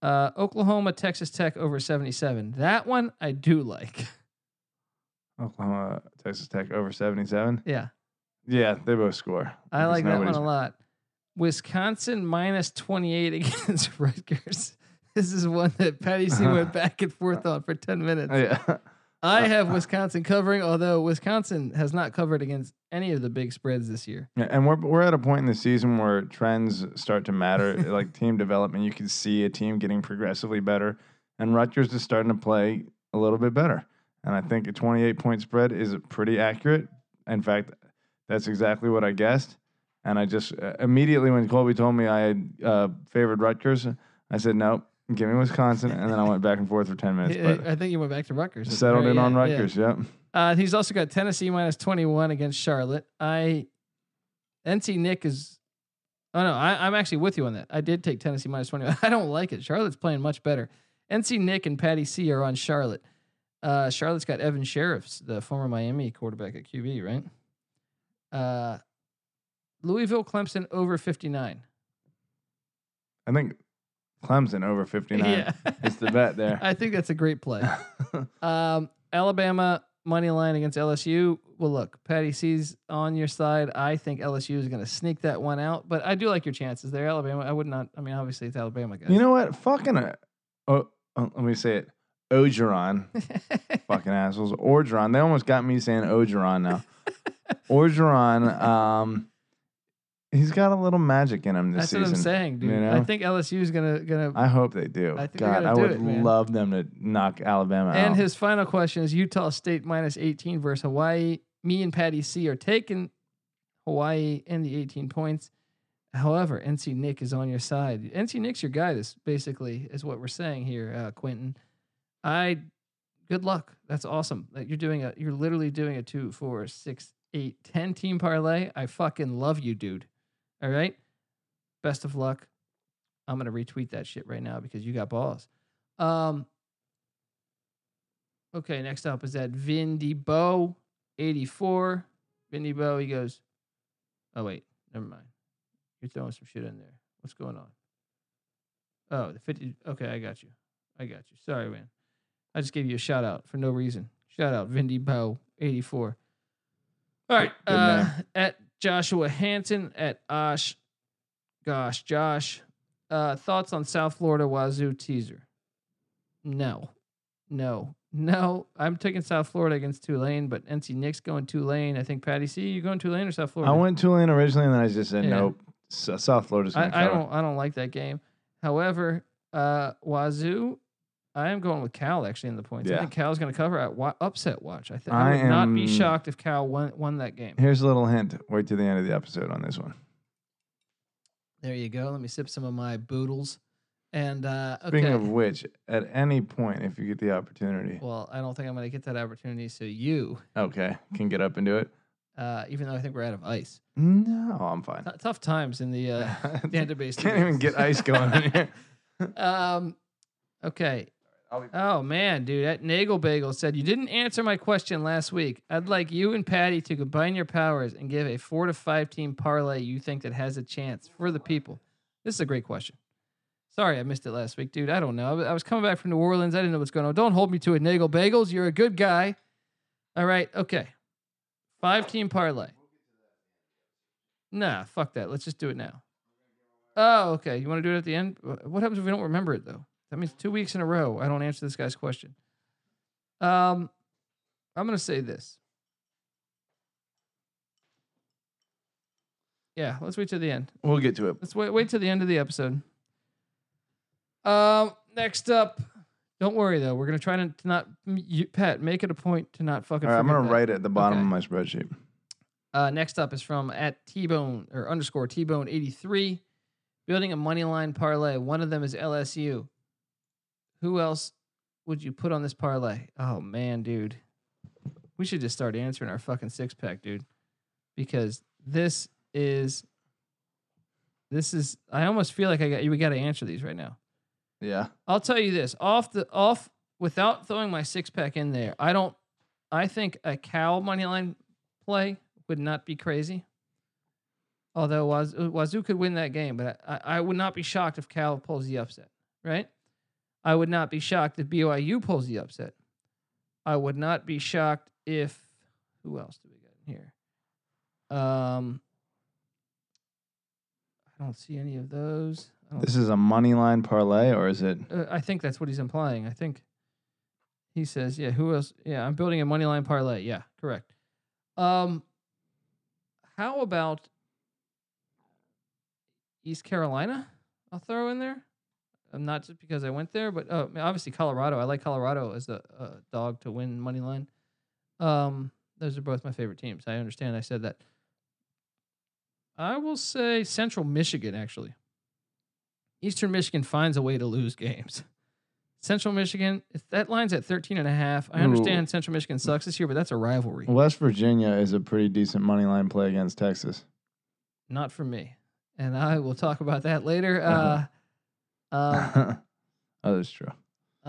Uh, Oklahoma, Texas Tech over 77. That one I do like. Oklahoma, Texas Tech over 77. Yeah. Yeah, they both score. I Because like that one nobody's- a lot. Wisconsin minus 28 against Rutgers. This is one that Patty C went back and forth on for 10 minutes. Yeah. Uh, I have Wisconsin covering, although Wisconsin has not covered against any of the big spreads this year. Yeah, and we're we're at a point in the season where trends start to matter, like team development. You can see a team getting progressively better, and Rutgers is starting to play a little bit better. And I think a 28 point spread is pretty accurate. In fact, that's exactly what I guessed. And I just uh, immediately when Colby told me I had uh, favored Rutgers, I said nope, give me Wisconsin, and then I went back and forth for 10 minutes, but I think you went back to Rutgers. at the settled very in on end, yeah. Rutgers. Yep. Uh, he's also got Tennessee minus 21 against Charlotte. I, NC Nick is, oh no, I, I'm actually with you on that. I did take Tennessee minus 21. I don't like it. Charlotte's playing much better. NC Nick and Patty C are on Charlotte. Uh, Charlotte's got Evan Sheriffs, the former Miami quarterback at QB, right? Uh, Louisville Clemson over 59. I think Clemson over 59 Yeah. is the bet there. I think that's a great play. um, Alabama money line against LSU. Well, look, Patty C's on your side. I think LSU is going to sneak that one out, but I do like your chances there, Alabama. I would not. I mean, obviously it's Alabama, guys. You know what? Fucking. Uh, oh, oh, let me say it. Ogeron, fucking assholes. Orgeron. They almost got me saying Ogeron now. Orgeron. Um, he's got a little magic in him this that's season. what I'm saying, dude. you know? I think LSU is going to going to. I hope they do. I think they're God, gonna I do would it, man. love them to knock Alabama out. And his final question is Utah State minus 18 versus Hawaii. Me and Patty C are taking Hawaii and the 18 points. However, NC Nick is on your side. NC Nick's your guy. This basically is what we're saying here, uh, Quentin. I good luck. That's awesome. That you're doing a you're literally doing a two, four, six, eight, ten team parlay. I fucking love you, dude. All right. Best of luck. I'm gonna retweet that shit right now because you got balls. Um Okay, next up is that Vindy Bo, 84. Vindy Bo, he goes, Oh wait, never mind. You're throwing some shit in there. What's going on? Oh, the 50 okay, I got you. I got you. Sorry, man. I just gave you a shout out for no reason. Shout out, Vindy Bow, 84. All right. Good Uh, man. at Joshua Hanson, at Osh, gosh, Josh. Uh, thoughts on South Florida Wazoo teaser? No, no, no. I'm taking South Florida against Tulane, but NC Nick's going Tulane. I think Patty C, you going Tulane or South Florida? I went Tulane originally, and then I just said Yeah. nope. S- South Florida's gonna I, I cover. don't I don't like that game. However, uh, Wazoo, I am going with Cal actually in the points. I Yeah. think Cal's going to cover at wa- upset watch. I think I would I not be am- shocked if Cal won won that game. Here's a little hint. Wait till the end of the episode on this one. There you go. Let me sip some of my boodles. And uh, okay, Speaking of which, at any point, if you get the opportunity, well, I don't think I'm going to get that opportunity. So you, okay, can get up and do it. uh, even though I think we're out of ice, No, I'm fine. T- tough times in the uh, database. Can't even get ice going in here. um, okay, I'll be- Oh man, dude, that Nagel Bagel said you didn't answer my question last week. I'd like you and Patty to combine your powers and give a four to five team parlay you think that has a chance for the people. This is a great question. Sorry, I missed it last week, dude. I don't know. I was- I was coming back from New Orleans. I didn't know what's going on. Don't hold me to it, Nagel Bagels. You're a good guy. All right, okay. Five team parlay. Nah, fuck that. Let's just do it now. Oh, okay. You want to do it at the end? Wh- What happens if we don't remember it though? That means two weeks in a row I don't answer this guy's question. Um, I'm gonna say this. Yeah, let's wait till the end. We'll get to it. Let's wait wait till the end of the episode. Um, next up, don't worry though. We're gonna try to not m- you, Pat make it a point to not fucking. All right, I'm forget gonna that. write it at the bottom Okay. of my spreadsheet. Uh, next up is from at T Bone or underscore T Bone eighty three, building a money line parlay. One of them is LSU. Who else would you put on this parlay? Oh man, dude, we should just start answering our fucking six pack, dude, because this is this is. I almost feel like I got we got to answer these right now. Yeah, I'll tell you this off the off without throwing my six pack in there. I don't. I think a cow money line play would not be crazy. uh, Although Waz, Wazoo could win that game, but I, I would not be shocked if Cal pulls the upset. Right? I would not be shocked if BYU pulls the upset. I would not be shocked if who else do we got in here? Um, I don't see any of those. I, don't, This is a money line parlay, or is it? uh, I think that's what he's implying. I think he says, "Yeah, who else? Yeah, I'm building a money line parlay. Yeah, correct. Um, how about East Carolina? I'll throw in there. I'm um, not just because I went there, but uh, I mean, obviously Colorado. I like Colorado as a, a dog to win money line. Um, those are both my favorite teams. I understand. I said that. I will say Central Michigan actually. Eastern Michigan finds a way to lose games. Central Michigan, if that line's at 13 and a half. I Ooh. understand Central Michigan sucks this year, but that's a rivalry. West Virginia is a pretty decent money line play against Texas. Not for me. And I will talk about that later. Uh, Uh-huh. um, oh, that's true.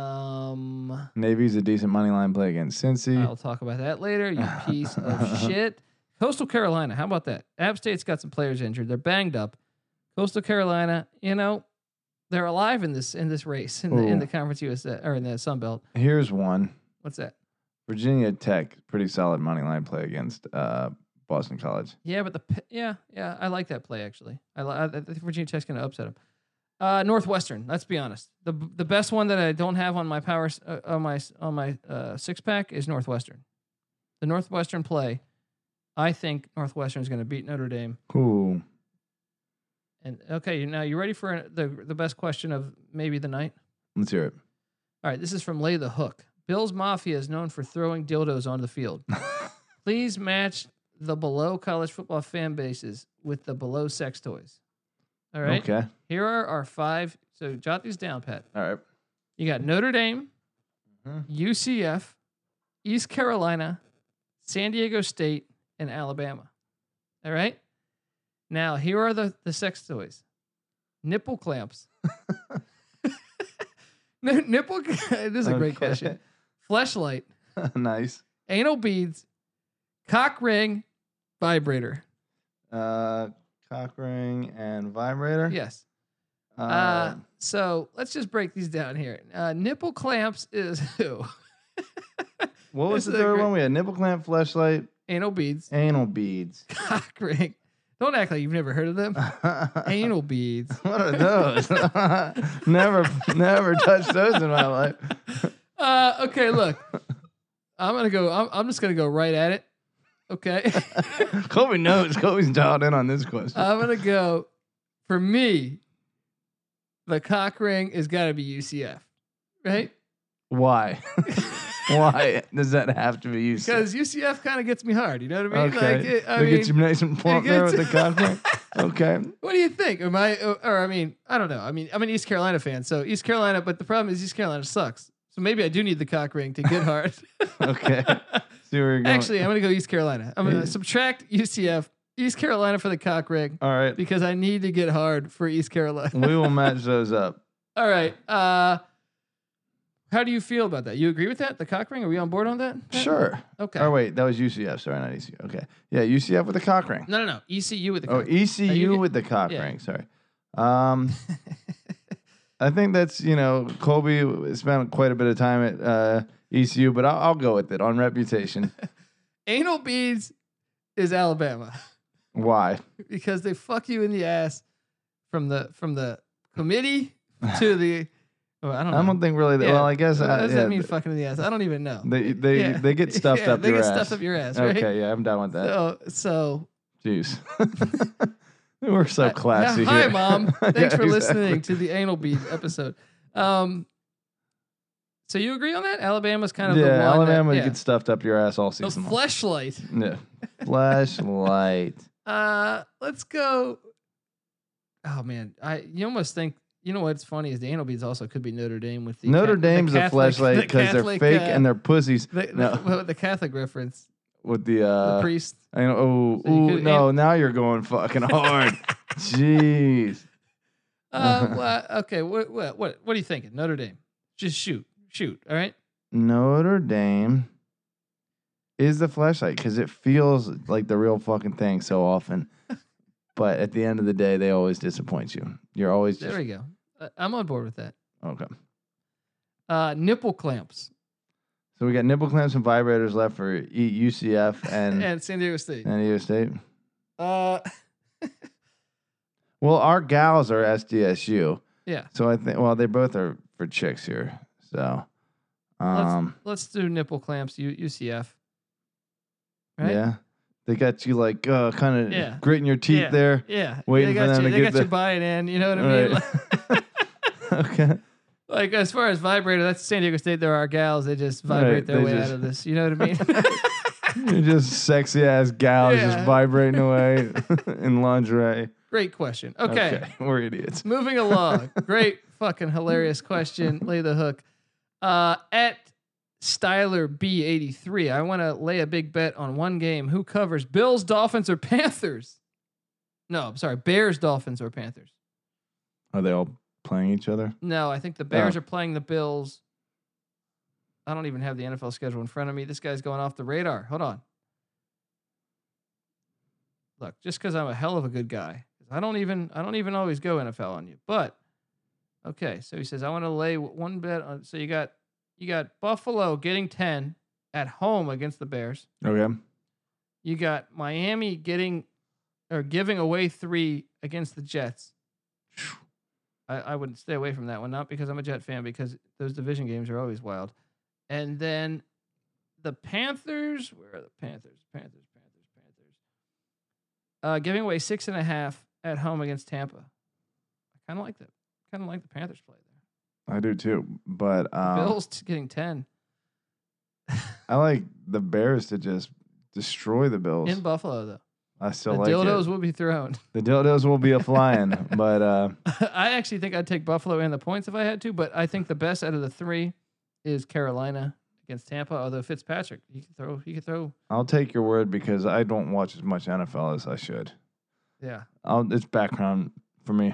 um, Navy's a decent money line play against Cincy. I'll talk about that later. You piece of shit. Coastal Carolina, how about that? App State's got some players injured. They're banged up. Coastal Carolina, you know, they're alive in this in this race in the, in Ooh. the conference USA or in the Sun Belt. Here's one. What's that? Virginia Tech, pretty solid money line play against uh, Boston College. Yeah, but the P- yeah yeah I like that play actually. I, li- I I think Virginia Tech's gonna upset them. Uh, Northwestern. Let's be honest. the The best one that I don't have on my power s- uh, on my s- on my uh, six pack is Northwestern. The Northwestern play. I think Northwestern is gonna beat Notre Dame. Ooh, And okay, now you ready for the the best question of maybe the night? let's hear it. All right, this is from Lay the Hook. Bill's Mafia is known for throwing dildos onto the field. Please match the below college football fan bases with the below sex toys. All right. Okay. Here are our five. So jot these down, Pat. All right. You got Notre Dame, Mhm. UCF, East Carolina, San Diego State, and Alabama. All right. Now here are the the sex toys: nipple clamps. No, nipple. This is a great Okay. question. Fleshlight, nice. anal beads, cock ring, vibrator. Uh, cock ring and vibrator. Yes. Um, Uh, so let's just break these down here. Uh, nipple clamps is who? what was the this is a third great- one? We had nipple clamp, flashlight, Anal beads, anal beads. cock ring. Don't act like you've never heard of them. Anal beads. What are those? never, never touched those in my life. Uh, okay, look, I'm gonna go. I'm, I'm just gonna go right at it. Okay, Kobe knows. Kobe's dialed in on this question. I'm gonna go. For me, the cock ring has got to be UCF, right? Why? Why does that have to be used? Because UCF kind of gets me hard. You know what I mean? Okay. Like, it, I they mean, get you nice and plump it there gets- with the content. okay. What do you think? Am I or, or I mean, I don't know. I mean, I'm an East Carolina fan, so East Carolina. But the problem is East Carolina sucks. So maybe I do need the cock ring to get hard. Okay. See where you're going. Actually, I'm gonna go East Carolina. I'm Yeah. gonna subtract UCF, East Carolina for the cock ring All right. because I need to get hard for East Carolina. We will match those up. All right. Uh, how do you feel about that? You agree with that? The cock ring? Are we on board on that? Pat? Sure. Okay. Oh, wait. That was UCF. Sorry, not ECU. Okay. Yeah, UCF with the cock ring. No, no, no. ECU with the Oh, cock. Are you ECU get- with the cock yeah. ring. Sorry. Um, I think that's, you know, Colby spent quite a bit of time at uh, ECU, but I'll, I'll go with it on reputation. Anal beads is Alabama. Why? because they fuck you in the ass from the from the committee to the oh, I don't know. I don't think really that. Yeah. Well, I guess. what I, does yeah, that mean fucking in the ass? I don't even know. They, they, Yeah. they get stuffed Yeah, up they your get ass. stuffed up your ass, right? Okay, yeah, I'm done with that. So so Jeez. We're so Uh, classy. hi here. mom. Thanks Yeah, for exactly. listening to the anal bead episode. Um so you agree on that? Alabama's kind of yeah, the one Alabama that, yeah. gets stuffed up your ass all the season long. fleshlight. yeah. Flashlight. Uh let's go. Oh man, I you almost think you know what's funny is the anal beads also could be Notre Dame with the Ca- Notre the Dame's a Catholic- flashlight the because they're Catholic, fake uh, and they're pussies The, the- No. well, the Catholic reference, with the. the Uh, priest. I know, oh, So you ooh, could- no! Now you're going fucking hard. Jeez. Uh, well, okay, what, what what what are you thinking? Notre Dame, just shoot, shoot. All right, Notre Dame is the flashlight because it feels like the real fucking thing so often. But at the end of the day, they always disappoint you. You're always there just we go. Uh, I'm on board with that. okay. Uh, nipple clamps So we got nipple clamps and vibrators left for E- UCF and and at San Diego State. NU State. Uh, Well, our gals are SDSU, yeah. so I think. Well, they both are for chicks here. So, um, Let's do nipple clamps. U- UCF. Right? yeah, they got you like uh, kind of Yeah. gritting your teeth Yeah. there. Yeah. Waiting they for got them you. to they get got the- you buying in. You know what I mean? Right. okay. Like as far as vibrator, that's San Diego State. There are gals. They just vibrate Right, their they way just- out of this. You know what I mean? You're just sexy ass gals Yeah. just vibrating away in lingerie. Great question. okay. We're idiots. Moving along. Great fucking hilarious question. Lay the hook. Uh, at Styler B83, I want to lay a big bet on one game. Who covers Bills, Dolphins, or Panthers? No, I'm sorry. Bears, Dolphins, or Panthers? Are they all playing each other? No, I think the Bears are playing the Bills. I don't even have the NFL schedule in front of me. This guy's going off the radar. Hold on. Look, just because I'm a hell of a good guy, I don't even I don't even always go NFL on you. But okay, so he says I want to lay w- one bet on. So you got you got Buffalo getting ten at home against the Bears. Okay. You got Miami getting or giving away three against the Jets. I, I would stay away from that one, not because I'm a Jet fan, because those division games are always wild. And then the Panthers, where are the Panthers? Panthers, Panthers, Panthers. Uh, giving away six and a half at home against Tampa. I kind of like that. Kind of like the Panthers play there. I do too. But um, Bills t- getting ten I like the Bears to just destroy the Bills. in Buffalo though. I still the like dildos it. will be thrown. The dildos will be a flying, but uh, I actually think I'd take Buffalo and the points if I had to, but I think the best out of the three is Carolina against Tampa. Although Fitzpatrick, you can throw, you can throw. I'll take your word because I don't watch as much NFL as I should. Yeah. I'll, it's background for me.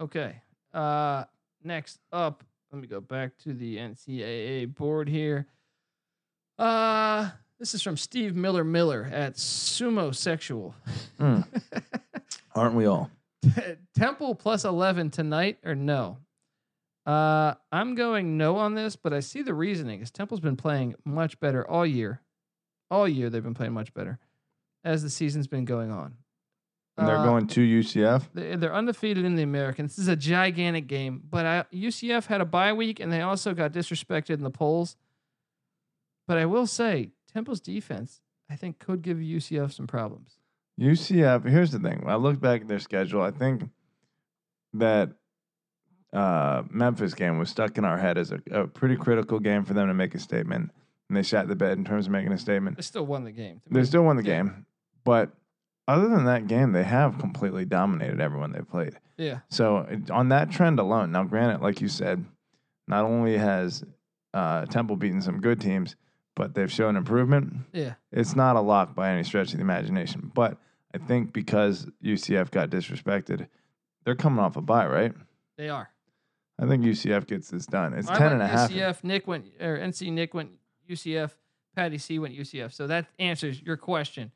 Okay. Uh, next up, let me go back to the NCAA board here. Uh, this is from Steve Miller Miller at Sumo Sexual. Mm. Aren't we all? Temple plus 11 tonight or no? Uh, I'm going no on this, but I see the reasoning is Temple's been playing much better all year. All year they've been playing much better as the season's been going on. And they're Uh, going to UCF. they- They're undefeated in the American. This is a gigantic game, but I, UCF had a bye week and they also got disrespected in the polls. But I will say, Temple's defense, I think, could give UCF some problems. UCF. Here's the thing. When I look back at their schedule, I think that uh, Memphis game was stuck in our head as a, a pretty critical game for them to make a statement, and they shot the bed in terms of making a statement. They still won the game. They still won the Yeah. game, but other than that game, they have completely dominated everyone they played. Yeah. So it- on that trend alone, now granted, like you said, not only has uh, Temple beaten some good teams, but they've shown improvement. Yeah. It's not a lock by any stretch of the imagination, but I think because UCF got disrespected, they're coming off a bye, right? They are. I think UCF gets this done. It's I 10 and went a half. UCF. Nick went or NC. Nick went UCF. Patty C went UCF. So that answers your question.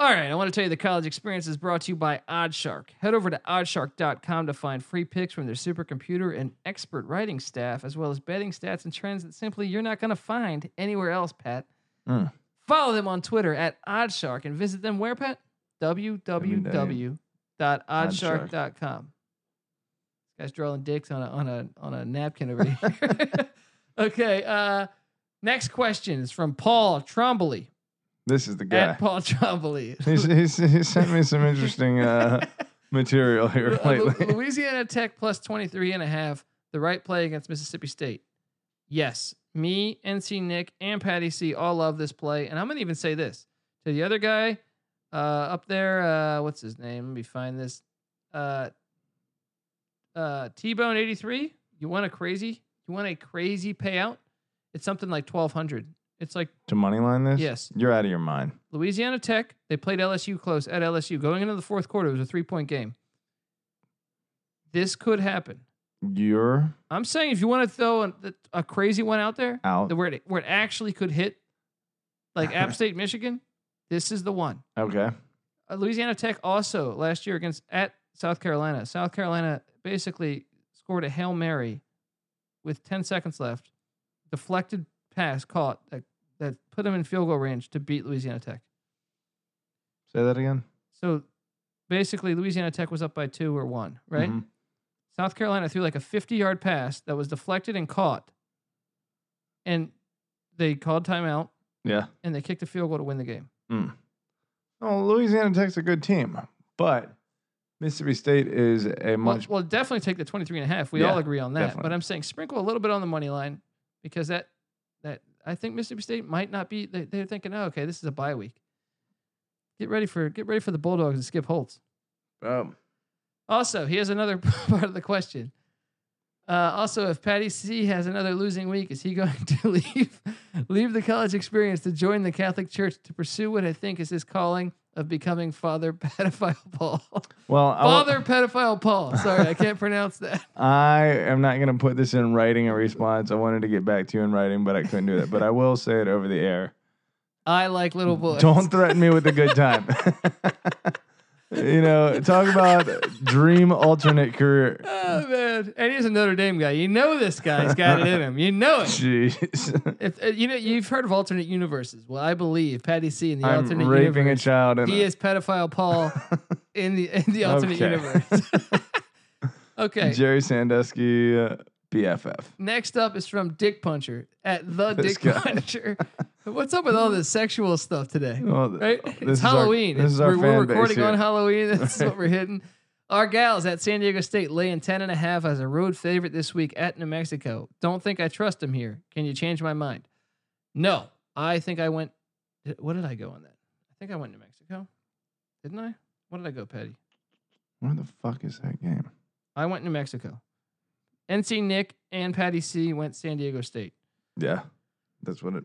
All right, I want to tell you the college experience is brought to you by Oddshark. Head over to oddshark.com to find free picks from their supercomputer and expert writing staff, as well as betting stats and trends that simply you're not going to find anywhere else, Pat. Mm. Follow them on Twitter at Oddshark and visit them where, Pat? www.oddshark.com. This guy's drawing dicks on a on a on a napkin over here. okay. Uh, next question is from Paul Trombley This is the at guy. Paul Trombley. He's, he's, he sent me some interesting uh, material here Lu- lately. Louisiana Tech plus 23 and a half, the right play against Mississippi State. Yes, me, NC Nick, and Patty C all love this play. And I'm going to even say this to the other guy uh, up there. Uh, what's his name? Let me find this. Uh, uh, T Bone 83. You want a crazy? You want a crazy payout? It's something like 1200. It's like to moneyline this? Yes. You're out of your mind. Louisiana Tech. They played LSU close at LSU. Going into the fourth quarter, it was a three point game. This could happen. You're I'm saying if you want to throw a, a crazy one out there, out. the- where it, where it actually could hit, like App State, Michigan, this is the one. Okay. Uh, Louisiana Tech also last year against at South Carolina. South Carolina basically scored a hail mary with 10 seconds left, deflected pass caught that, that put him in field goal range to beat Louisiana Tech. Say that again. So basically, Louisiana Tech was up by two or one, right? Mhm. South Carolina threw like a 50 yard pass that was deflected and caught. And they called timeout Yeah. and they kicked a field goal to win the game. Mm. Well, Louisiana Tech's a good team, but Mississippi State is a Well, much well, definitely take the 23 and a half. We all Yeah, agree on that. But definitely. I'm saying sprinkle a little bit on the money line because that, that I think Mississippi State might not be, they, they're thinking, oh, okay, this is a bye week. Get ready for, get ready for the Bulldogs and Skip Holtz. um, Also, here's another part of the question. Uh, also, if Patty C has another losing week, is he going to leave leave the college experience to join the Catholic Church to pursue what I think is his calling of becoming Father Pedophile Paul? well, I wa- Father Pedophile Paul. Sorry, I can't pronounce that. I am not going to put this in writing a response. I wanted to get back to you in writing, but I couldn't do that. But I will say it over the air. I like little boys. Don't threaten me with a good time. you know, talk about dream alternate career. Oh man! And he's a Notre Dame guy. You know this guy's got it in him. You know it. Jeez. If, uh, you know you've heard of alternate universes. Well, I believe Patty C in the I'm alternate raping universe. a child. And He is pedophile Paul in the in the alternate Okay. universe. okay. Jerry Sandusky, uh, BFF. Next up is from Dick Puncher at the This Dick guy. Puncher. What's up with all this sexual stuff today? Well, th- Right? this it's is our- Halloween. this is our we're, we're fan base recording here. on Halloween. This is what we're hitting. Our gals at San Diego State laying 10 and a half as a road favorite this week at New Mexico. Don't think I trust them here. Can you change my mind? No. I think I went. did- What did I go on that? I think I went New Mexico. Didn't I? What did I go, Petty? Where the fuck is that game? I went New Mexico. NC Nick and Patty C went San Diego State. Yeah, that's what it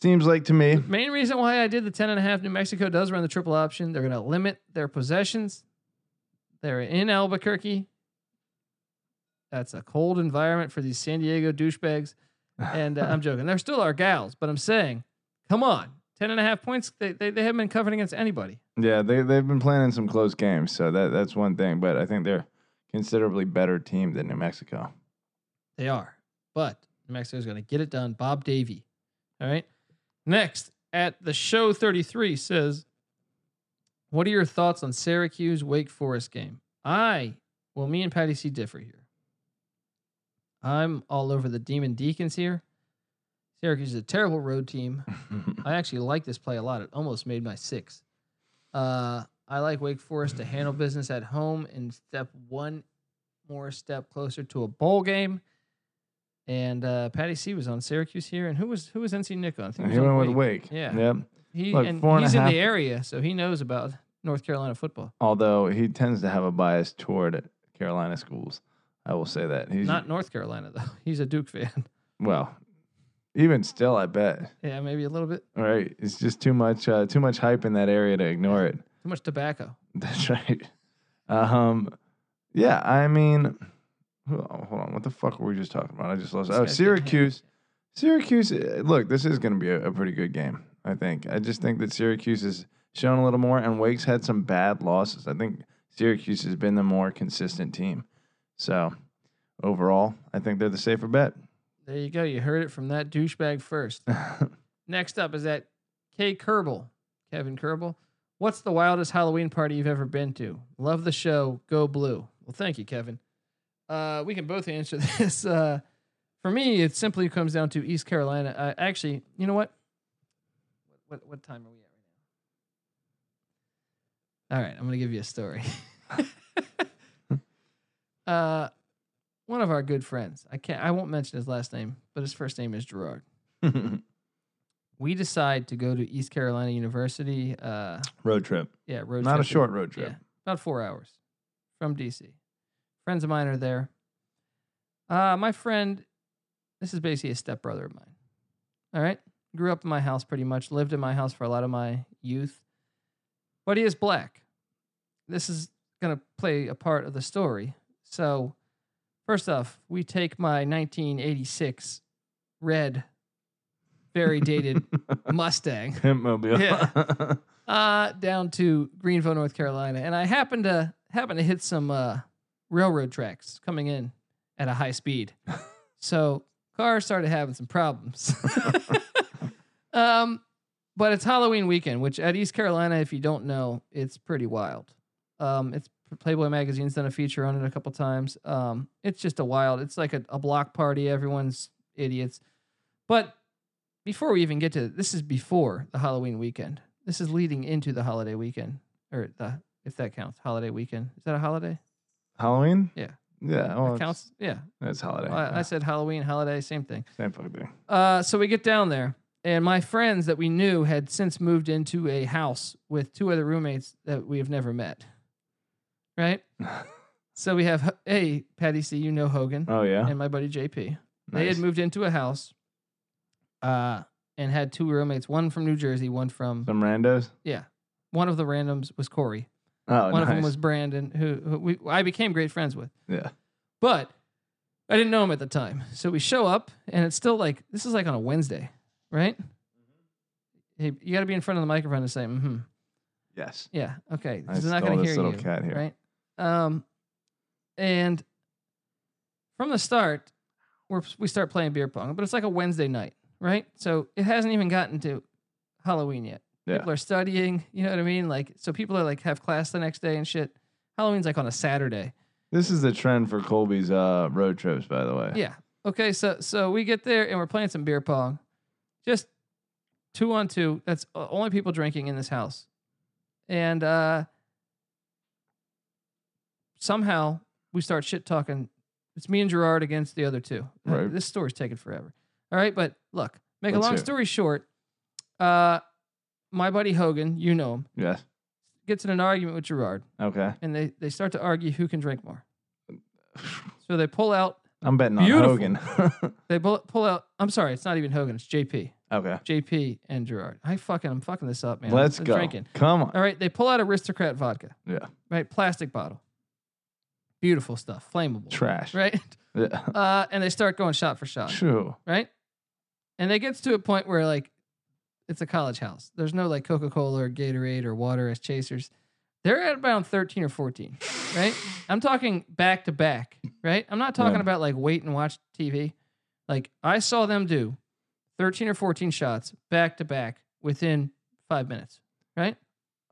seems like to me. Main reason why I did the 10 and a half, New Mexico does run the triple option. They're going to limit their possessions. They're in Albuquerque. That's a cold environment for these San Diego douchebags. And uh, I'm joking. They're still our gals, but I'm saying, come on. 10 and a half points, they, they, they haven't been covered against anybody. Yeah, they they've been playing in some close games, so that that's one thing. But I think they're considerably better team than New Mexico. They are. But New Mexico's going to get it done. Bob Davy. All right. Next, at the show 33 says, What are your thoughts on Syracuse Wake Forest game? I, well, me and Patty C differ here. I'm all over the Demon Deacons here. Syracuse is a terrible road team. I actually like this play a lot. It almost made my six. Uh, I like Wake Forest to handle business at home and step one more step closer to a bowl game. And uh, Patty C was on Syracuse here, and who was who was NC Nick on? I think he was on went with Wake. Yeah. Yep. He Look, and four and a he's in half- the area, so he knows about North Carolina football. Although he tends to have a bias toward Carolina schools, I will say that he's Not North Carolina though. He's a Duke fan. well. Even still, I bet. yeah, maybe a little bit All right, it's just too much uh, too much hype in that area to ignore it. too much tobacco. That's right. Um, yeah, I mean, hold on, hold on. What the fuck were we just talking about? I just lost. This Oh, guy's getting Syracuse. Syracuse. eh, Look, this is going to be a, a pretty good game. I think. I just think that Syracuse has shown a little more, and Wake's had some bad losses. I think Syracuse has been the more consistent team. So overall, I think they're the safer bet. There you go. You heard it from that douchebag first. Next up is that K Kerbal, Kevin Kerbal. What's the wildest Halloween party you've ever been to? Love the show. Go blue. Well, thank you, Kevin. Uh, we can both answer this. Uh, for me, it simply comes down to East Carolina. Uh, actually, you know what? What, what? what time are we at right now? All right, I'm going to give you a story. uh, one of our good friends. I can't. I won't mention his last name, but his first name is Gerard we decide to go to East Carolina University. Uh, road trip. yeah, road Not trip a to- short road trip. Yeah, about four hours from DC. Friends of mine are there. Uh, my friend, this is basically a stepbrother of mine. All right, grew up in my house pretty much. Lived in my house for a lot of my youth, but he is black. This is gonna play a part of the story. So, first off, we take my 1986 red, very dated Mustang. Pimp mobile. Yeah. uh, down to Greenville, North Carolina, and I happened to happen to hit some uh, railroad tracks coming in at a high speed. So car started having some problems. um, but it's Halloween weekend, which at East Carolina, if you don't know, it's pretty wild. Um, it's Playboy magazine's done a feature on it a couple times. Um, it's just a wild. It's like a, a block party. Everyone's idiots. But before we even get to this is before the Halloween weekend. This is leading into the holiday weekend, or the if that counts, holiday weekend. Is that a holiday? Halloween? Yeah. Yeah. Well, that counts. Yeah, It's, it's holiday. Well, I, I yeah. said Halloween, holiday, same thing. Same fucking thing. Uh, so we get down there, and my friends that we knew had since moved into a house with two other roommates that we have never met. Right? so we have, hey, Patty C, you know Hogan, Oh yeah. and my buddy JP. They Nice. had moved into a house uh, and had two roommates, one from New Jersey, one from, Some randos. yeah. One of the randoms was Corey. Oh, One of them nice. was Brandon, who, who we, I became great friends with. yeah. But I didn't know him at the time. So we show up and it's still like this is like on a Wednesday, right? Mm-hmm. Hey, you got to be in front of the microphone to say, mm-hmm. Yes. yeah, okay. I This is not stole going to this hear little you, cat here. right? Um, and from the start, we're, we start playing beer pong, but it's like a Wednesday night, right? So it hasn't even gotten to Halloween yet. Yeah. People are studying, you know what I mean? Like, so people are like have class the next day and shit. Halloween's like on a Saturday. This is the trend for Colby's uh, road trips, by the way. Yeah. Okay. So so we get there and we're playing some beer pong, just two on two. That's o- only people drinking in this house, and uh, somehow we start shit talking. It's me and Gerard against the other two. Uh, Right. This story's taking forever. All right, but look, make Let's a long hear it. story short, uh, my buddy Hogan, you know him, Yes. gets in an argument with Gerard, Okay. and they they start to argue who can drink more. So they pull out. I'm betting on Beautiful. Hogan. They pull, pull out. I'm sorry, it's not even Hogan. It's JP. okay. JP and Gerard. I fucking I'm fucking this up, man. Let's I'm go. Drinking. Come on. All right, they pull out aristocrat vodka, Yeah. right? Plastic bottle. Beautiful stuff, flammable. Trash. Right? Yeah. Uh, and they start going shot for shot, True. right? And they gets to a point where like it's a college house. There's no like Coca-Cola or Gatorade or water as chasers. They're at around 13 or 14, right? I'm talking back to back, right? I'm not talking Yeah. about like wait and watch TV. Like I saw them do 13 or 14 shots back to back within five minutes, right?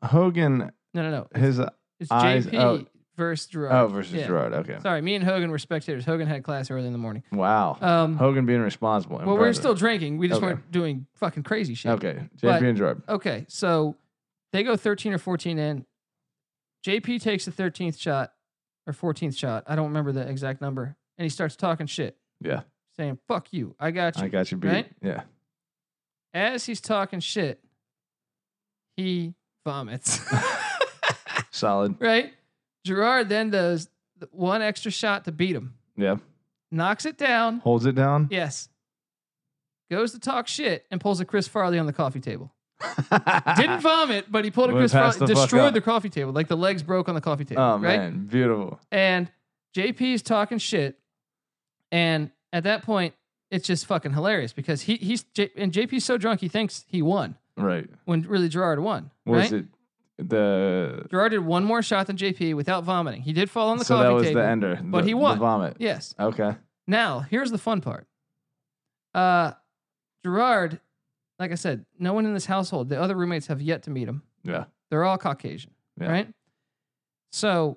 Hogan, No, no, no. his It's Eyes JP out. versus Gerard. oh versus Yeah. Gerard. Okay. Sorry, me and Hogan were spectators. Hogan had class early in the morning. Wow. Um, Hogan being responsible. well, we we're Impressive. still drinking. We just Okay. weren't doing fucking crazy shit. okay. JP But- and Gerard. Okay, so they go 13 or 14 in. JP takes the 13th shot or 14th shot. I don't remember the exact number. And he starts talking shit, Yeah. saying, fuck you. I got you. I got you beat. Right? Yeah. As he's talking shit, he vomits. Solid. right? Gerard then does th- one extra shot to beat him, Yeah. knocks it down. Holds it down. Yes. Goes to talk shit and pulls a Chris Farley on the coffee table. Didn't vomit, but he pulled a Well, Chris pass Farley, the fuck destroyed up. the coffee table. Like the legs broke on the coffee table. Oh right? man, beautiful. And JP's talking shit. And at that point, it's just fucking hilarious because he he's J, and JP's so drunk he thinks he won Right. when really Gerard won. Was right? it the Gerard did one more shot than JP without vomiting. He did fall on the so coffee that was table. the ender, but the- he won. The vomit. Yes. Okay. Now, here's the fun part. Uh, Gerard, like I said, no one in this household, the other roommates have yet to meet him. Yeah. They're all Caucasian, Yeah. right? So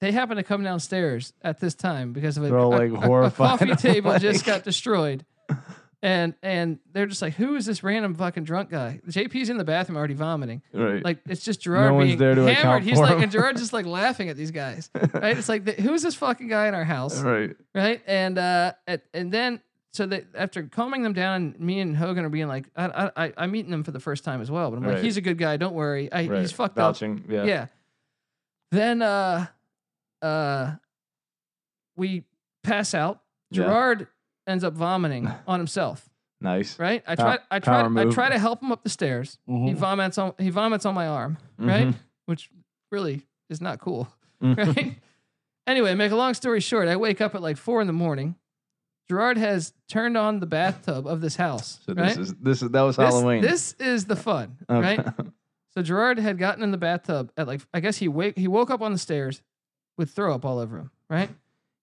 they happen to come downstairs at this time because of a, They're all, a- like, a- a horrified. coffee table just Like- got destroyed. And and they're just like, who is this random fucking drunk guy? JP's in the bathroom already vomiting. Right. Like it's just Gerard one's being there to account hammered. He's for like, him. and Gerard's just like laughing at these guys, right? It's like, who is this fucking guy in our house? right. right? And uh, at, and then so that after calming them down, me and Hogan are being like, I I I- I'm meeting him for the first time as well, but I'm like, Right. he's a good guy. Don't worry, I, right. he's fucked Belching. Yeah. up. Yeah. Then uh, uh, we pass out. Yeah. Gerard ends up vomiting on himself. Nice. Right? I Pow- try I try power I move. Mm-hmm. try to help him up the stairs. He vomits on he vomits on my arm right? Which really is not cool, Mhm. right? anyway, make a long story short, I wake up at like four in the morning. Gerard has turned on the bathtub of this house. So right? this is this is that was This- Halloween. This is the fun, Okay. right? So Gerard had gotten in the bathtub at like I guess he wake he woke up on the stairs with throw up all over him, right?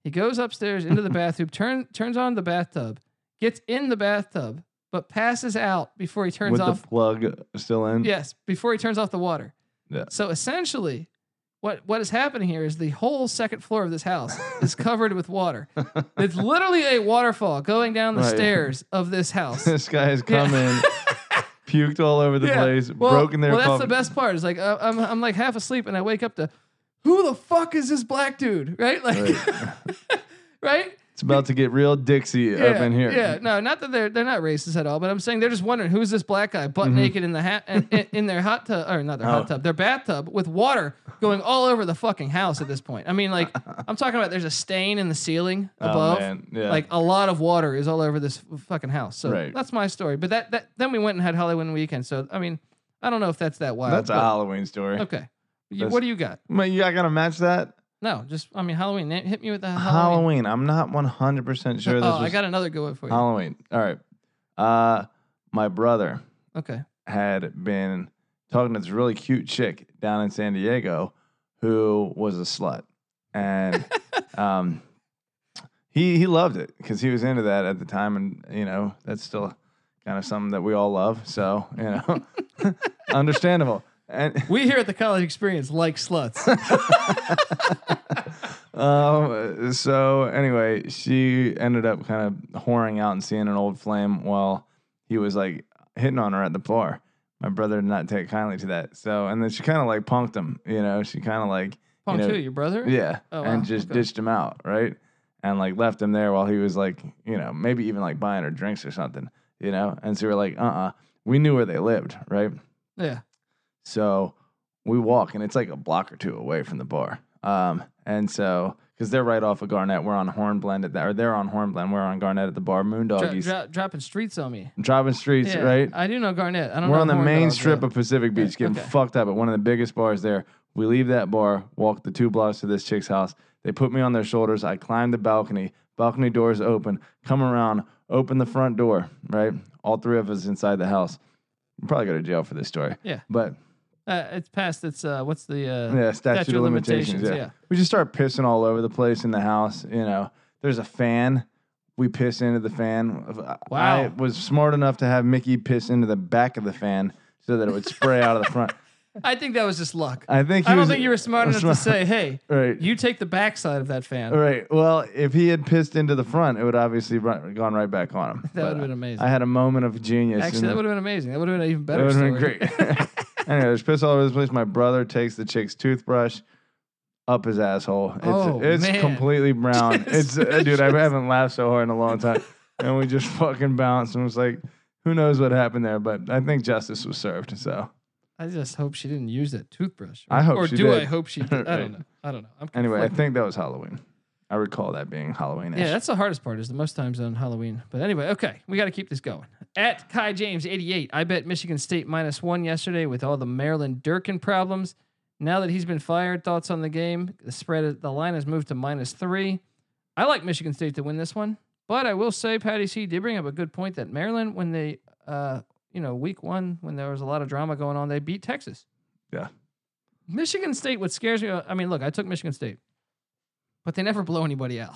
He goes upstairs into the bathroom, turn, turns on the bathtub, gets in the bathtub, but passes out before he turns With off the plug still in? Yes, before he turns off the water. Yeah. So essentially, what what is happening here is the whole second floor of this house is covered with water. It's literally a waterfall going down the Right. stairs of this house. this guy has Yeah. come in, puked all over the Yeah. place, well, broken their well, that's pump. the best part. It's like uh, I'm I'm like half asleep and I wake up to, who the fuck is this black dude? Right? Like, right? It's about to get real Dixie up in here. Yeah, no, not that they're they're not racist at all, but I'm saying they're just wondering who's this black guy butt naked in the hat in, in- in their hot tub or not their Mm-hmm. Oh. hot tub, their bathtub with water going all over the fucking house at this point. I mean, like I'm talking about there's a stain in the ceiling Oh, above. man. Yeah. Like a lot of water is all over this fucking house. So Right. that's my story. But that, that then we went and had Halloween weekend. So I mean, I don't know if that's that wild. that's a but- Halloween story. Okay. You- That's- what do you got? Man, you I gotta match that. No, just I mean Halloween. Hit me with the Uh, Halloween. Halloween. I'm not 100 percent sure this oh, I was got another good one for you. Halloween. All right. Uh, my brother okay. had been talking to this really cute chick down in San Diego, who was a slut, and um, he he loved it because he was into that at the time, and you know that's still kind of something that we all love. So you know, understandable. And We here at the college experience like sluts. Um, so anyway, she ended up kind of whoring out and seeing an old flame while he was like hitting on her at the bar. My brother did not take kindly to that. So, and then she kind of like punked him, you know, she kind of like, Pong know- two, your brother? yeah, Oh, wow. and just Okay. ditched him out, right? And like left him there while he was like, you know, maybe even like buying her drinks or something, you know? And so we were like, uh uh, we knew where they lived, right? Yeah. So we walk, and it's like a block or two away from the bar. Um, and so because they're right off of Garnett, we're on Hornblend at that, or they're on Hornblend, we're on Garnett at the bar. Dro- Moondoggies dro- dropping streets on me. driving streets, Yeah, right? I do know Garnett. I don't We're know on the Horn main Dog, strip though. of Pacific Beach, Yeah, getting okay. fucked up at one of the biggest bars there. We leave that bar, walk the two blocks to this chick's house. They put me on their shoulders. I climb the balcony. Balcony doors open. Come around. Open the front door. Right. All three of us inside the house. We'll probably go to jail for this story. Yeah. But Uh, it's past its, uh, what's the, uh, yeah, statute, Statute of of limitations. limitations, yeah. yeah. we just start pissing all over the place in the house. You know, there's a fan. We piss into the fan. uh, I Wow. was smart enough to have Mickey piss into the back of the fan so that it would spray out of the front. I think that was just luck. I, I think. He don't was, think you were smart enough to say, hey, Right. you take the backside of that fan. right. Well, if he had pissed into the front, it would obviously run, gone right back on him. That But would've been amazing. I had a moment of genius. in Actually, the- that would have been amazing. That would have been an even better That story. would've been great. anyway, there's piss all over this place. My brother takes the chick's toothbrush up his asshole. It's, Oh, it's man. completely brown. Jesus. It's uh, dude, I haven't laughed so hard in a long time. and we just fucking bounced and was like, who knows what happened there? But I think justice was served. So I just hope she didn't use that toothbrush. I hope Or she do did. I hope she did? I Right. don't know. I don't know. I'm anyway, I conflicted. think that was Halloween. I recall that being Halloween. Yeah, that's the hardest part is the most times on Halloween. But anyway, okay, we got to keep this going. At Kai James 88, I bet Michigan State minus one yesterday with all the Maryland Durkin problems. Now that he's been fired, thoughts on the game? The spread, the line has moved to minus three. I like Michigan State to win this one, but I will say Patty C did bring up a good point that Maryland, when they, uh, you know, week one when there was a lot of drama going on, they beat Texas. Yeah. Michigan State. What scares me? I mean, look, I took Michigan State, but they never blow anybody out.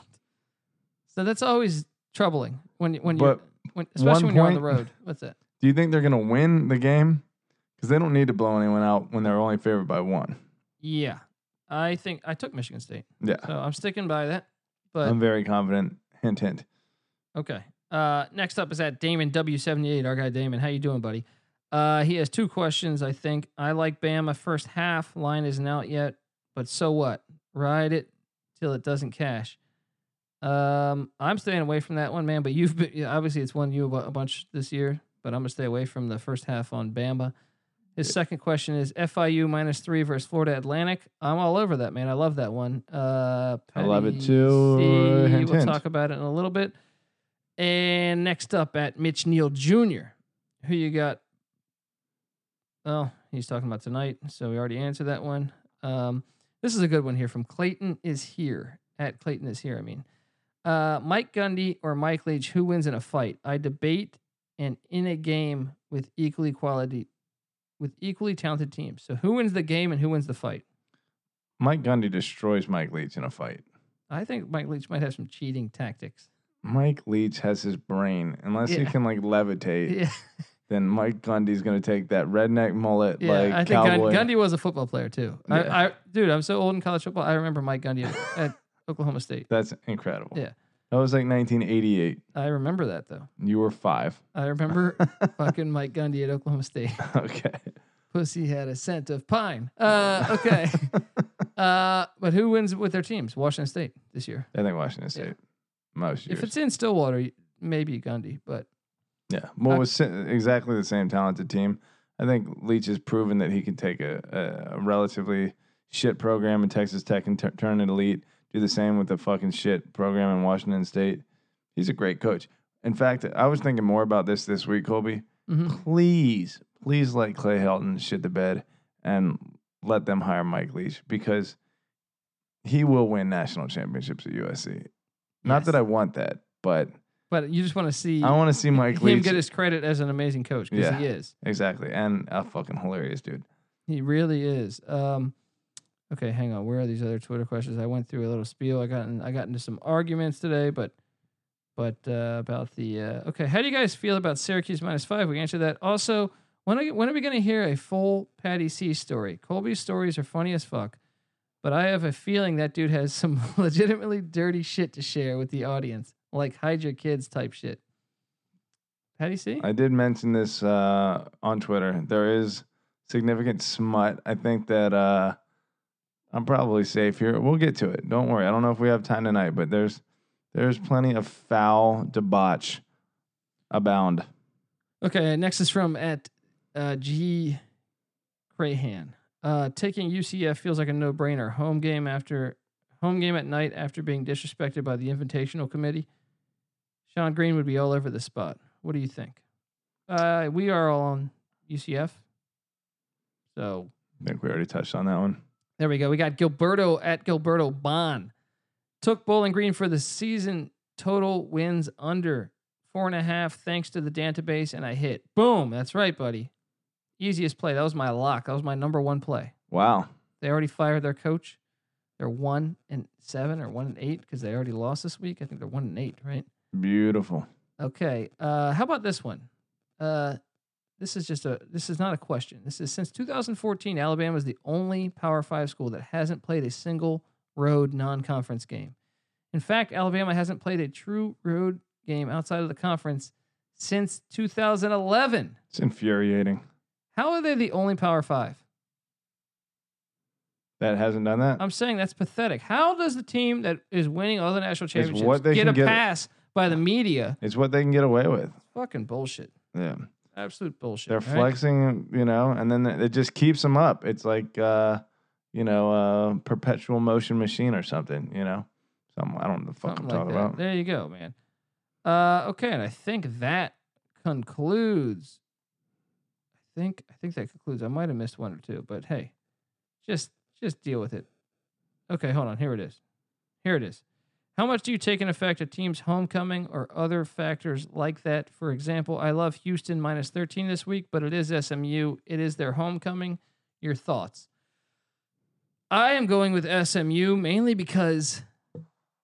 So that's always troubling when when you But when especially when you're on the point- road. What's that? Do you think they're gonna win the game? Because they don't need to blow anyone out when they're only favored by one. Yeah, I think I took Michigan State, Yeah. so I'm sticking by that. But I'm very confident. Hint hint. Okay. Uh, next up is at Damon W78, our guy Damon. How you doing, buddy? Uh, he has two questions, I think. I like Bama first half. Line isn't out yet, but so what? Ride it till it doesn't cash. Um, I'm staying away from that one, man. But you've been, yeah, obviously it's won you a bu- a bunch this year, but I'm gonna stay away from the first half on Bama. His second question is FIU minus three versus Florida Atlantic. I'm all over that, man. I love that one. Uh, I love it Patty too. C, Hint, we'll hint. talk about it in a little bit. And next up at Mitch Neal Jr. Who you got? Oh, he's talking about tonight, so we already answered that one. Um, this is a good one here from Clayton is here at Clayton is here. I mean, uh, Mike Gundy or Mike Leach, who wins in a fight? I debate and in a game with equally quality, with equally talented teams. So who wins the game and who wins the fight? Mike Gundy destroys Mike Leach in a fight. I think Mike Leach might have some cheating tactics. Mike Leach has his brain. Unless he Yeah. can like levitate, Yeah, then Mike Gundy's gonna take that redneck mullet yeah. like I think Gun- cowboy. Gundy was a football player too. I, I, dude, I'm so old in college football. I remember Mike Gundy at, at Oklahoma State. That's incredible. Yeah. That was like 1988. I remember that though. You were five. I remember fucking Mike Gundy at Oklahoma State. okay. Pussy had a scent of pine. Uh, okay. uh, but who wins with their teams? Washington State this year. I think Washington State. Most years. If it's in Stillwater, y- maybe Gundy. But Yeah. Well, Uh, with si- exactly the same talented team, I think Leach has proven that he can take a, a relatively shit program in Texas Tech and tur turn it elite. Do the same with the fucking shit program in Washington State. He's a great coach. In fact, I was thinking more about this this week, Colby. mhm. Please, please let Clay Helton shit the bed and let them hire Mike Leach because he will win national championships at USC. Not Yes. that I want that, but but you just want to see I him want to see Mike Leach get his credit as an amazing coach because he is. Exactly. And a fucking hilarious dude. He really is. Um, okay, hang on. Where are these other Twitter questions? I went through a little spiel. I got in, I got into some arguments today, but but uh, about the uh, okay. How do you guys feel about Syracuse minus five? We answered that. Also, when are, when are we going to hear a full Patty C story? Colby's stories are funny as fuck, but I have a feeling that dude has some legitimately dirty shit to share with the audience, like hide your kids type shit. Patty C. I did mention this uh, on Twitter. There is significant smut. I think that uh, I'm probably safe here. We'll get to it. Don't worry. I don't know if we have time tonight, but there's there's plenty of foul debauch abound. Okay, next is from at uh, G. Crahan. Uh, taking UCF feels like a no-brainer. Home game after home game at night after being disrespected by the Invitational Committee. Sean Green would be all over the spot. What do you think? Uh, we are all on UCF. So I think we already touched on that one. there we go. We got Gilberto at Gilberto Bon. Took Bowling Green for the season total wins under four and a half, thanks to the database, and I hit. Boom. That's right, buddy. Easiest play. That was my lock. That was my number one play. Wow. They already fired their coach. They're one and seven or one and eight because they already lost this week. I think they're one and eight, right? Beautiful. Okay. Uh, how about this one? Uh, this is just a. This is not a question. This is since 2014, Alabama is the only Power Five school that hasn't played a single road non-conference game. In fact, Alabama hasn't played a true road game outside of the conference since 2011. It's infuriating. How are they the only Power Five? That hasn't done that. I'm saying that's pathetic. How does the team that is winning all the national championships what they get can a get- pass by the media? It's what they can get away with. Fucking bullshit. Yeah. Absolute bullshit. They're all right? flexing, you know, and then it just keeps them up. It's like, uh, you know, uh, perpetual motion machine or something, you know, something I don't know the fuck Something I'm talking that. about. There you go, man. Uh, okay, and I think that concludes. I think I think that concludes. I might have missed one or two, but hey, just just deal with it. Okay, hold on. Here it is. Here it is. How much do you take in effect a team's homecoming or other factors like that? For example, I love Houston minus 13 this week, but it is SMU. It is their homecoming. Your thoughts? I am going with SMU mainly because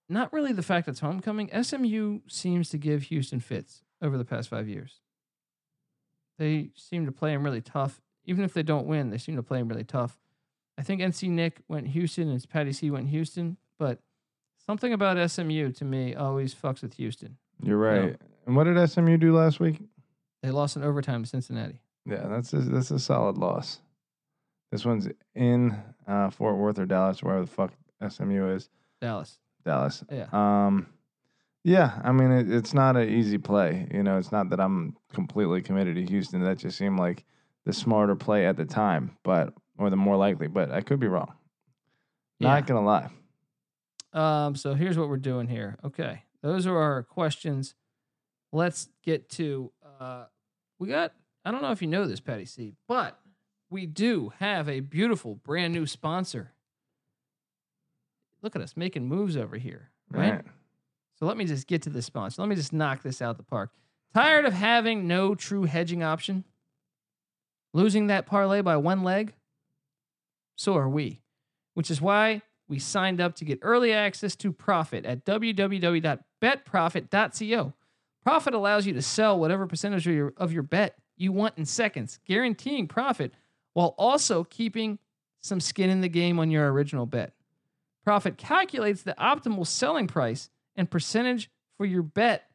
not really the fact it's homecoming. SMU seems to give Houston fits over the past five years. They seem to play him really tough. Even if they don't win, they seem to play him really tough. I think NC Nick went Houston and Patty C went Houston, but something about SMU to me always fucks with Houston. You're Yeah. right. And what did SMU do last week? They lost in overtime to Cincinnati. Yeah, that's a, that's a solid loss. This one's in uh, Fort Worth or Dallas, wherever the fuck SMU is. Dallas. Dallas. Yeah. Um, yeah, I mean, it, it's not an easy play. You know, it's not that I'm completely committed to Houston. That just seemed like the smarter play at the time, but or the more likely. But I could be wrong. Yeah. Not gonna lie. Um, so here's what we're doing here. Okay. Those are our questions. Let's get to uh we got I don't know if you know this, Patty C, but we do have a beautiful brand new sponsor. Look at us making moves over here, right? Right. So let me just get to this sponsor. Let me just knock this out the park. Tired of having no true hedging option? Losing that parlay by one leg? So are we, which is why We signed up to get early access to Profit at www.betprofit.co. Profit allows you to sell whatever percentage of your, of your bet you want in seconds, guaranteeing profit while also keeping some skin in the game on your original bet. Profit calculates the optimal selling price and percentage for your bet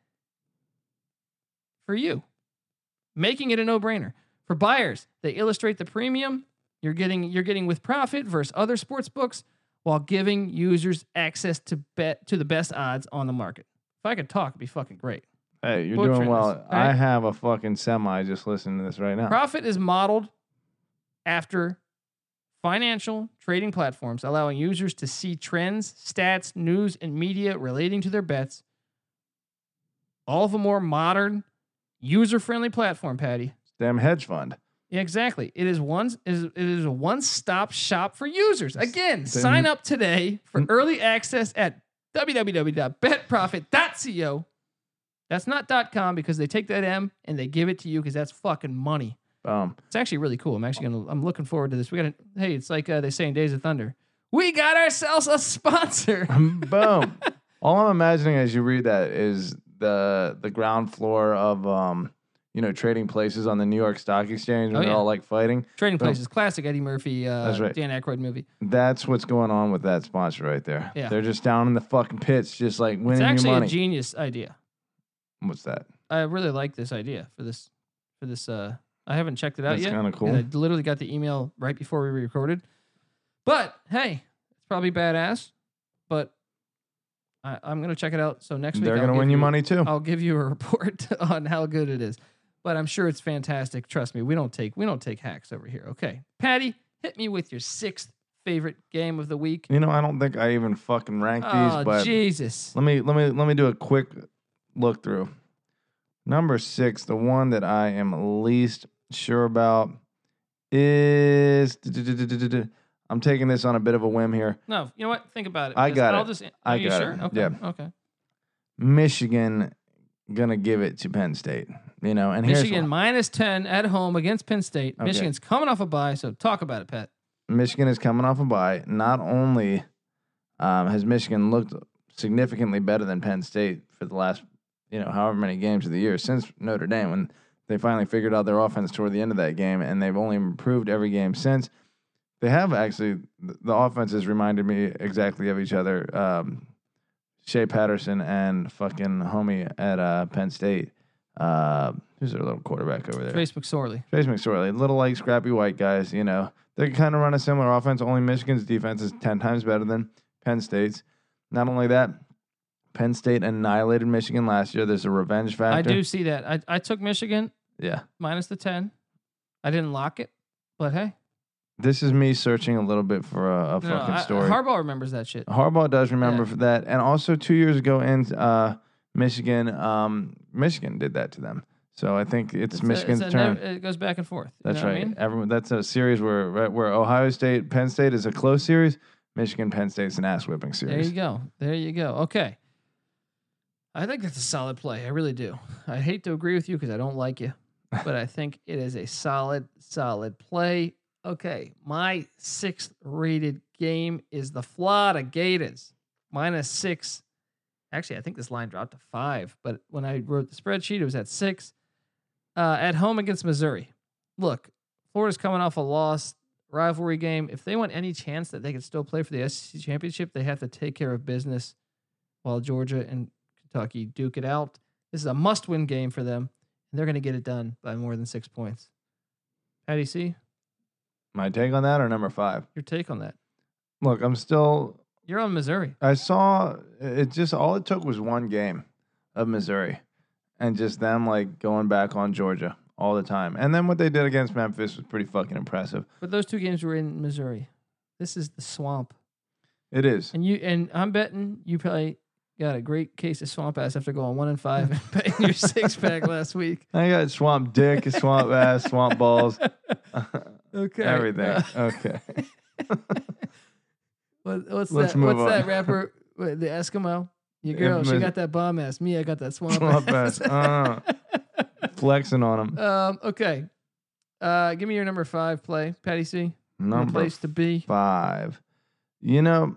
for you, making it a no-brainer. For buyers, they illustrate the premium you're getting you're getting with Profit versus other sports books while giving users access to bet to the best odds on the market. If I could talk, it'd be fucking great. Hey, you're Butchering doing well. us, all I right? have a fucking semi just listening to this right now. Profit is modeled after financial trading platforms, allowing users to see trends, stats, news, and media relating to their bets. All of a more modern, user-friendly platform, Patty. Damn hedge fund. Yeah, exactly. It is one it is, it is a one-stop shop for users. Again, Then- sign up today for early access at www.betprofit.co. That's not .com because they take that M and they give it to you because that's fucking money. Um, It's actually really cool. I'm actually gonna. I'm looking forward to this. We got. to Hey, it's like uh, they say in Days of Thunder. We got ourselves a sponsor. boom. All I'm imagining as you read that is the the ground floor of um, you know, trading places on the New York Stock Exchange Oh, when they're yeah. all like fighting. Trading Boom. Places, classic Eddie Murphy, uh, That's right. Dan Aykroyd movie. That's what's going on with that sponsor right there. Yeah. They're just down in the fucking pits, just like It's winning actually your a money. genius idea. what's that? I really like this idea for this. For this, uh, I haven't checked it out That's yet. kind of cool. and I literally got the email right before we recorded. But hey, it's probably badass. But I, I'm gonna check it out. So next week They're I'll gonna give win you you money too. I'll give you a report on how good it is. But I'm sure it's fantastic. Trust me, we don't take we don't take hacks over here. Okay, Patty, hit me with your sixth favorite game of the week. You know, I don't think I even fucking ranked Oh these, but Jesus! let me let me let me do a quick look through. Number six, the one that I am least sure about is I'm taking this on a bit of a whim here. No, you know what? Think about it. I because got I'll it. just. Are I you got sure? it. Okay. Yeah. Okay. Michigan gonna give it to Penn State. You know, and here's Michigan why. minus ten at home against Penn State. Okay. Michigan's coming off a bye, so talk about it, Pat. Michigan is coming off a bye. Not only um, has Michigan looked significantly better than Penn State for the last, you know, however many games of the year since Notre Dame when they finally figured out their offense toward the end of that game, and they've only improved every game since. They have actually the the offense has reminded me exactly of each other. Um, Shea Patterson and fucking homie at uh, Penn State. Uh, who's their little quarterback over there? Trace McSorley. Trace McSorley, little like scrappy white guys, you know, they can kind of run a similar offense. Only Michigan's defense is 10 times better than Penn State's. Not only that, Penn State annihilated Michigan last year. There's a revenge factor. I do see that. I, I took Michigan Yeah. minus the ten. I didn't lock it, but hey, This is me searching a little bit for a, no, a fucking I- story. Harbaugh remembers that shit. Harbaugh does remember Yeah. for that. And also two years ago in uh, Michigan, um, Michigan did that to them. So I think it's, It's a- Michigan's it's a turn. never- it goes back and forth. You That's know what I right. mean? Everyone. That's a series where right, where Ohio State, Penn State is a close series. Michigan, Penn State's an ass whipping There you series. go. There you go. Okay. I think that's a solid play. I really do. I hate to agree with you because I don't like you, but I think it is a solid, solid play. Okay. My sixth rated game is the Florida Gators, minus six. Actually, I think this line dropped to five, but when I wrote the spreadsheet, it was at six. Uh, at home against Missouri. Look, Florida's coming off a loss rivalry game. If they want any chance that they can still play for the SEC championship, they have to take care of business while Georgia and Kentucky duke it out. This is a must win game for them, and they're going to get it done by more than six points. How do you see My take on that or number five. your take on that? Look, I'm still. You're on Missouri. I saw it. Just all it took was one game of Missouri, and just them like going back on Georgia all the time. And then what they did against Memphis was pretty fucking impressive. But those two games were in Missouri. This is the swamp. It is. And you and I'm betting you probably got a great case of swamp ass after going one and five and betting your six pack last week. I got swamp dick, swamp ass, swamp balls, Okay. everything. Uh, Okay. What, what's Let's that? move what's that on. rapper? wait, The Eskimo. Your Yeah, girl, she but- got that bomb ass. Me, I got that swamp, Swamp ass. ass. Uh, flexing on them. um, okay. Uh, give me your number five play, Patty C. Your Number place to be. five. You know,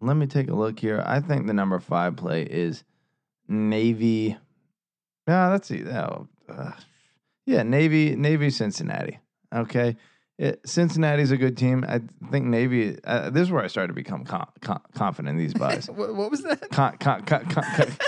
let me take a look here. I think the number five play is Navy. Yeah, that's it. Oh, uh, yeah, Navy, Navy, Cincinnati. Okay, it, Cincinnati's a good team. I think Navy. Uh, this is where I started to become com- com- confident in these buys. What, what was that? Con- con- con- con- con-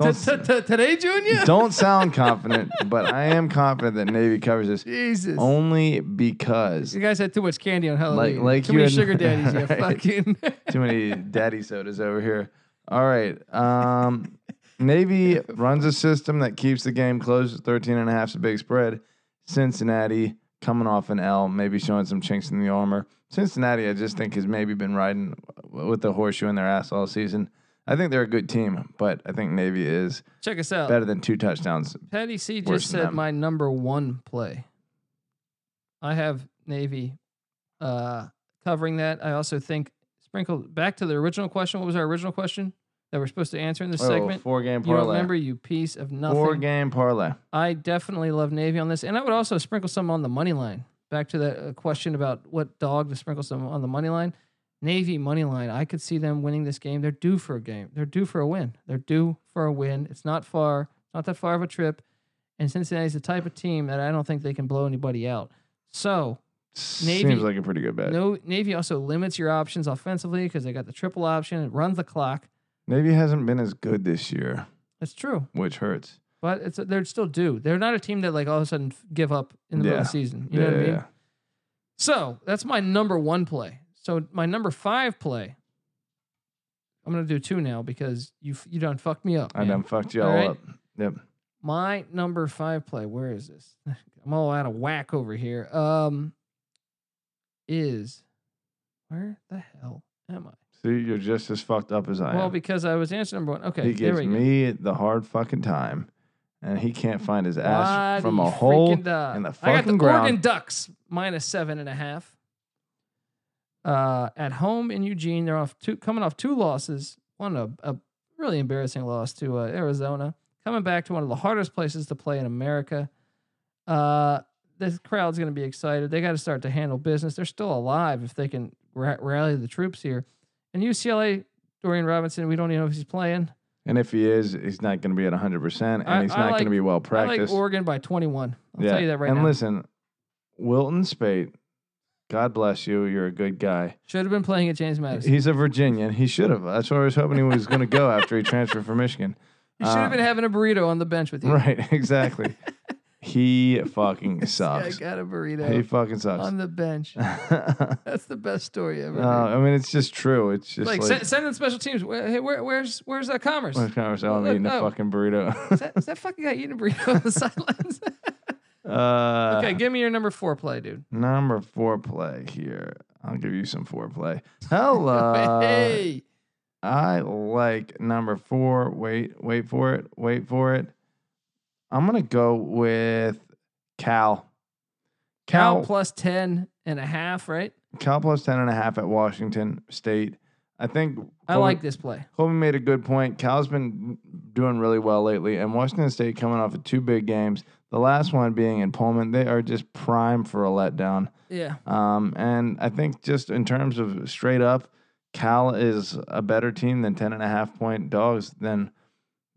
don't, T- t- t- today, Junior? don't sound confident, but I am confident that Navy covers this Jesus. only because You guys had too much candy on Halloween. Like- like too you many and- sugar daddies. Yeah, Right. fucking. too many daddy sodas over here. All right. Um, Navy runs a system that keeps the game close. 13 and a half is a big spread. Cincinnati coming off an L, maybe showing some chinks in the armor. Cincinnati, I just think, has maybe been riding with the horseshoe in their ass all season. I think they're a good team, but I think Navy is Check us out. better than two touchdowns. Patty C just Worse than said them. my number one play. I have Navy uh, covering that. I also think sprinkled back to the original question. What was our original question that we're supposed to answer in this segment? Oh, four game You parlay. don't remember, you piece of nothing. four game parlay. I definitely love Navy on this, and I would also sprinkle some on the money line. Back to that uh, question about what dog to sprinkle some on the money line. Navy money line. I could see them winning this game. They're due for a game. They're due for a win. They're due for a win. It's not far. Not that far of a trip. And Cincinnati's the type of team that I don't think they can blow anybody out. So Navy- Seems like a pretty good bet. no Navy also limits your options offensively because they got the triple option. It runs the clock. Navy hasn't been as good this year, That's true. which hurts. But it's they're still due. They're not a team that like all of a sudden give up in the middle of the season. You know what I mean? So that's my number one play. So my number five play. I'm gonna do two now because you f- you done fucked me up. I man. done fucked y'all All right. up. Yep. My number five play. Where is this? I'm all out of whack over here. Um, is where the hell am I? See, you're just as fucked up as I well, am. because I was answer number one. Okay, he there gives we go. me the hard fucking time, and he can't find his Why ass from do a you hole freaking die? in the I got the fucking ground. Oregon Ducks minus seven and a half. Uh, at home in Eugene, they're off two, coming off two losses. One a, a really embarrassing loss to uh, Arizona. Coming back to one of the hardest places to play in America. Uh, this crowd's going to be excited. They got to start to handle business. They're still alive if they can ra- rally the troops here. And UCLA, Dorian Robinson, we don't even know if he's playing. and if he is, he's not going to be at 100%, and I- he's I not going like- to be well I like practiced. Oregon by 21. I'll yeah. tell you that right and now. listen, Wilton Spate, God bless you. You're a good guy. Should have been playing at James Madison. He's a Virginian. He should have. That's where I was hoping he was going to go after he transferred from Michigan. You should have Uh, been having a burrito on the bench with you. Right, exactly. he fucking I sucks. got a He burrito fucking sucks. on the bench. uh, That's the best story ever. I mean, it's just true. It's Mm-hmm. just like, like, send, send in special teams. Where, hey, where, where's where's that commerce? Well, is, kind of selling me eating Oh. a fucking burrito. that, is that fucking guy eating a burrito on the sidelines? uh, okay, give me your number four play, dude. Number four play here. I'll give you some foreplay. Hello. hey, I like number four. Wait, wait for it. Wait for it. I'm going to go with Cal. Cal plus 10 and a half, right? Cal plus 10 and a half at Washington State. I think I Colby- like this play. Colby made a good point. Cal's been doing really well lately, and Washington State coming off of two big games. The last one being in Pullman, they are just prime for a letdown. Yeah. Um, and I think just in terms of straight up, Cal is a better team than 10 and a half point dogs than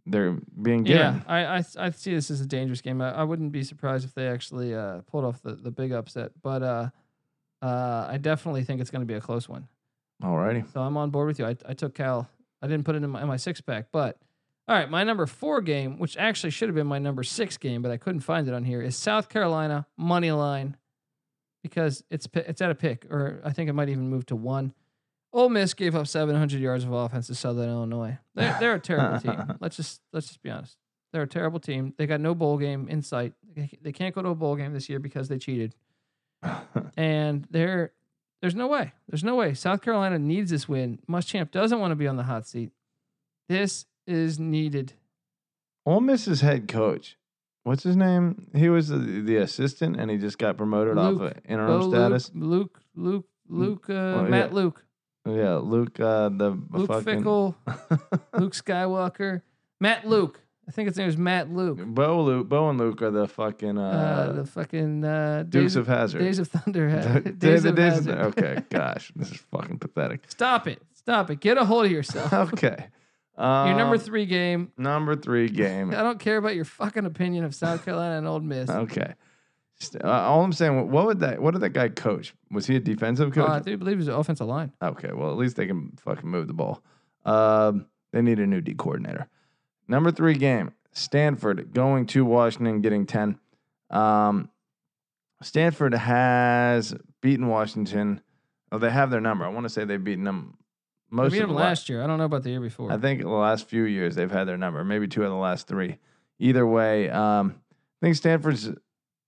they're being Yeah, given. I, I I see this as a dangerous game. I, I wouldn't be surprised if they actually uh, pulled off the, the big upset, but uh, uh, I definitely think it's going to be a close one. Alrighty. So I'm on board with you. I, I took Cal. I didn't put it in my, in my six pack, but all right. My number four game, which actually should have been my number six game, but I couldn't find it on here, is South Carolina money line because it's pi- it's at a pick, or I think it might even move to one. Ole Miss gave up 700 yards of offense to Southern Illinois. They're, they're a terrible team. Let's just let's just be honest. They're a terrible team. They got no bowl game in sight. They they can't go to a bowl game this year because they cheated, and they're there's no way. There's no way. South Carolina needs this win. Muschamp doesn't want to be on the hot seat. This is needed. Ole Miss's head coach. What's his name? He was the, the assistant and he just got promoted off Oh, Luke of interim Bo status. Luke, Luke, Luke, Luke uh, Oh, yeah. Matt Luke, Yeah, Luke uh the Luke fucking Fickle, Luke Skywalker, Matt Luke. I think his name is Matt Luke. Bo Luke Bo and Luke are the fucking uh, Uh, the fucking uh, Dukes days of Hazard. Days of Thunder. The- had- the- days the of Days Hazard. okay, gosh, this is fucking pathetic. Stop it. Stop it. Get a hold of yourself. okay. Um, Your number three game. Number three game. I don't care about your fucking opinion of South Carolina and Old Miss. Okay. St- Uh, all I'm saying, what would that? What did that guy coach? Was he a defensive Uh, I coach? do believe it was the offensive line. okay. Well, at least they can fucking move the ball. Um, they need a new D coordinator. Number three game. Stanford going to Washington, getting ten. Um, Stanford has beaten Washington. Oh, they have their number. I want to say they've beaten them I most beat of them the last year. I don't know about the year before. I think the last few years they've had their number, maybe two of the last three. Either way, um, I think Stanford's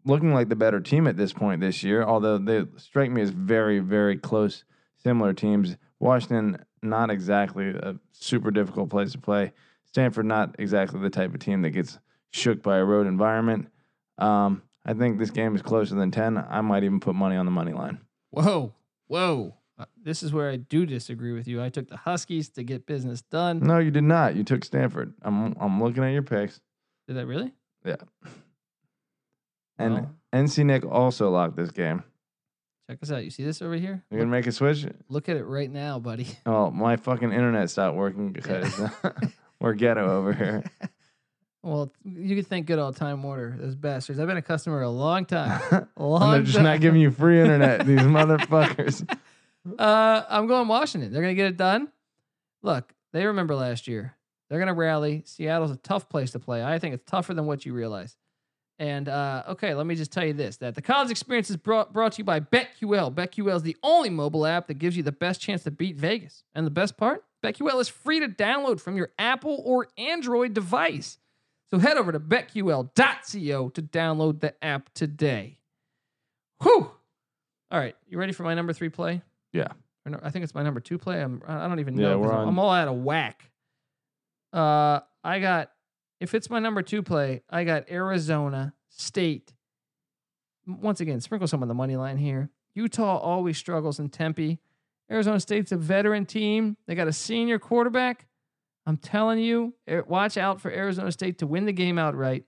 looking like the better team at this point this year, although they strike me as very, very close, similar teams. Washington, not exactly a super difficult place to play. Stanford, not exactly the type of team that gets shook by a road environment. Um, I think this game is closer than 10. I might even put money on the money line. whoa, whoa. Uh, This is where I do disagree with you. I took the Huskies to get business done. No, you did not. You took Stanford. I'm, I'm looking at your picks. Did I really? And Well. NC Nick also locked this game. Check this out. You see this over here? You're gonna Look, make a switch? look at it right now, buddy. Oh, my fucking internet stopped working because we're ghetto over here. Well, you could thank good old Time Warner, those bastards. I've been a customer a long time. and Long they're just not time. giving you free internet, these motherfuckers. Uh, I'm going Washington. They're going to get it done. Look, they remember last year. They're going to rally. Seattle's a tough place to play. I think it's tougher than what you realize. And uh, okay, let me just tell you this: that the college experience is brought brought to you by BetQL. BetQL is the only mobile app that gives you the best chance to beat Vegas. And the best part, BetQL is free to download from your Apple or Android device. So head over to betql.co to download the app today. Whew! All right, you ready for my number three play? Yeah. Or no, I think it's my number two play. I'm, I don't even Yeah, know. 'cause we're I'm- on- I'm all out of whack. Uh, I got if it's my number two play, I got Arizona State. M- Once again, sprinkle some on the money line here. Utah always struggles in Tempe. Arizona State's a veteran team. They got a senior quarterback. I'm telling you, eh, watch out for Arizona State to win the game outright.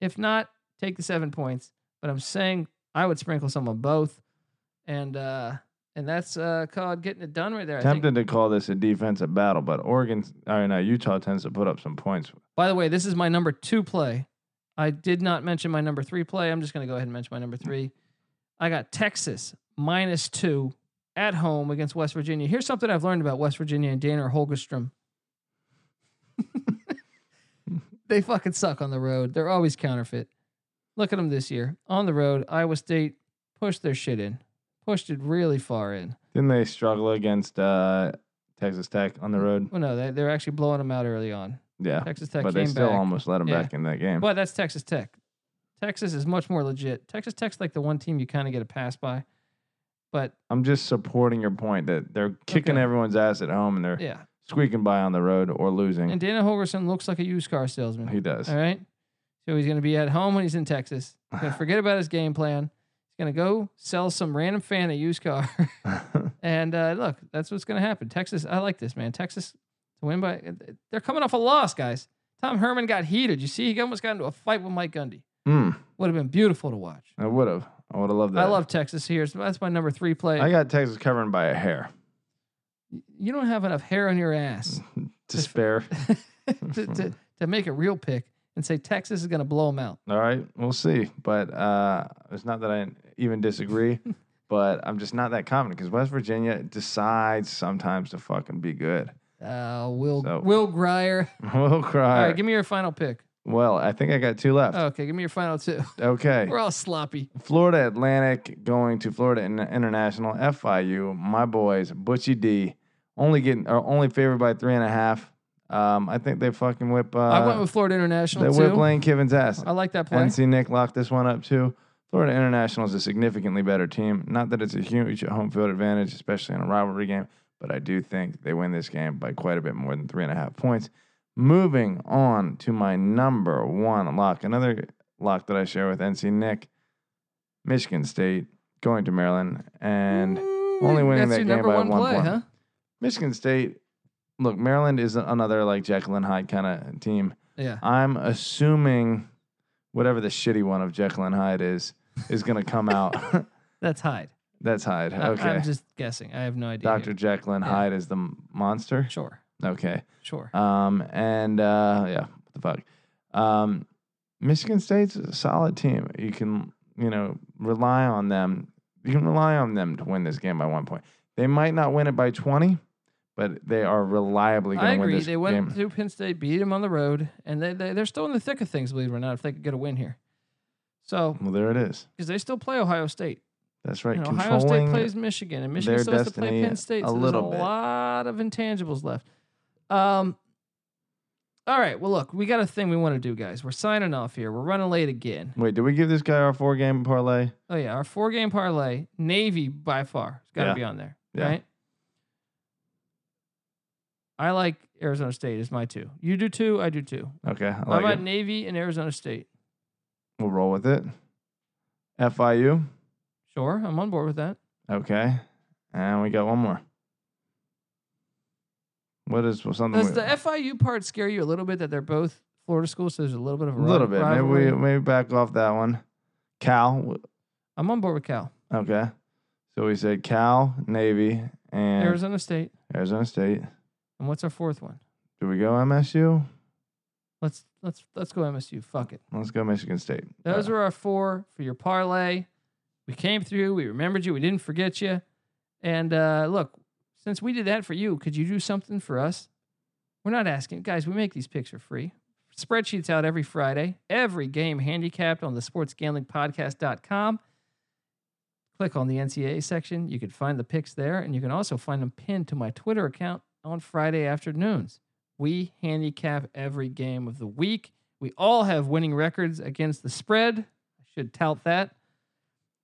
If not, take the seven points. But I'm saying I would sprinkle some on both, and uh, and that's uh, called getting it done right there. I think. Tempted to call this a defensive battle, but Oregon, I no, Utah tends to put up some points. By the way, this is my number two play. I did not mention my number three play. I'm just going to go ahead and mention my number three. I got Texas minus two at home against West Virginia. Here's something I've learned about West Virginia and Danner Holgerstrom. they fucking suck on the road. They're always counterfeit. Look at them this year. On the road, Iowa State pushed their shit in, pushed it really far in. Didn't they struggle against uh, Texas Tech on the road? Well, Oh, no, they, they were actually blowing them out early on. Yeah. Texas Tech but came they still back. almost let them Yeah. back in that game. But that's Texas Tech. Texas is much more legit. Texas Tech's like the one team you kind of get a pass by. But I'm just supporting your point that they're kicking Okay. everyone's ass at home and they're yeah. squeaking by on the road or losing. And Dana Holgerson looks like a used car salesman. he does. All right. So he's going to be at home when he's in Texas. He's going to forget about his game plan. He's going to go sell some random fan a used car. and uh, look, that's what's going to happen. Texas, I like this, man. Texas to win by, uh, they're coming off a loss, guys. Tom Herman got heated. You see, he almost got into a fight with Mike Gundy. Mm, Would have been beautiful to watch. I would have. I would have loved that. I love Texas here. So that's my number three play. I got Texas covering by a hair. you don't have enough hair on your ass Despair. to, to, to make a real pick and say Texas is going to blow them out. All right, we'll see. But uh, it's not that I even disagree, but I'm just not that confident because West Virginia decides sometimes to fucking be good. Uh, Will So- Will Grier. We'll All cry. right, give me your final pick. well, I think I got two left. Okay, give me your final two. okay. We're all sloppy. Florida Atlantic going to Florida In- International, FIU, my boys, Butchie D, only getting are only favored by three and a half. Um, I think they fucking whip. Uh, I went with Florida they International whip too. Lane Kiffin's ass. I like that play. NC Nick locked this one up too. Florida International is a significantly better team. Not that it's a huge home field advantage, especially in a rivalry game, but I do think they win this game by quite a bit more than three and a half points. Moving on to my number one lock, another lock that I share with NC Nick, Michigan State going to Maryland, and only winning That's that your game number by one one play, point. huh? Michigan State. Look, Maryland is another like Jekyll and Hyde kind of team. Yeah. I'm assuming whatever the shitty one of Jekyll and Hyde is is going to come out. That's Hyde. That's Hyde. I- Okay. I'm just guessing. I have no idea. Dr. Jekyll and Yeah. Hyde is the m- monster. Sure. Okay. Sure. Um, and uh, yeah, what the fuck. Um, Michigan State's a solid team. You can, you know, rely on them. You can rely on them to win this game by one point. They might not win it by 20, but they are reliably I going to win agree. this They went game. to Penn State, beat them on the road, and they, they they're still in the thick of things. Believe it or not, if they could get a win here, so Well, there it is. because they still play Ohio State, That's right. and Ohio Controlling. State plays Michigan, and Michigan their still has to play destiny Penn State. a So there's a little bit. lot of intangibles left. Um. All right. Well, look, we got a thing we want to do, guys. We're signing off here. We're running late again. Wait, did we give this guy our four game parlay? Oh yeah, our four game parlay, Navy by far, it's got to Yeah. be on there, Yeah. right? I like Arizona State is my two. You do two. I do two. Okay. I How like about it. Navy and Arizona State? We'll roll with it. FIU. Sure, I'm on board with that. Okay. And we got one more. What is well, something? Does we- the FIU part scare you a little bit that they're both Florida schools? So there's a little bit of a a little bit. Maybe rivalry? we maybe back off that one. Cal. w- I'm on board with Cal, Okay. So we said Cal, Navy, and Arizona, Arizona State, State. and what's our fourth one? Do we go MSU? Let's let's let's go MSU. Fuck it. Let's go Michigan State. Those Uh, were our four for your parlay. We came through. We remembered you. We didn't forget you. And uh, look, since we did that for you, could you do something for us? We're not asking, guys. We make these picks for free. Spreadsheets out every Friday. Every game handicapped on the sportsgamblingpodcast.com. Click on the NCAA section. You can find the picks there, and you can also find them pinned to my Twitter account on Friday afternoons. We handicap every game of the week. We all have winning records against the spread. I should tout that.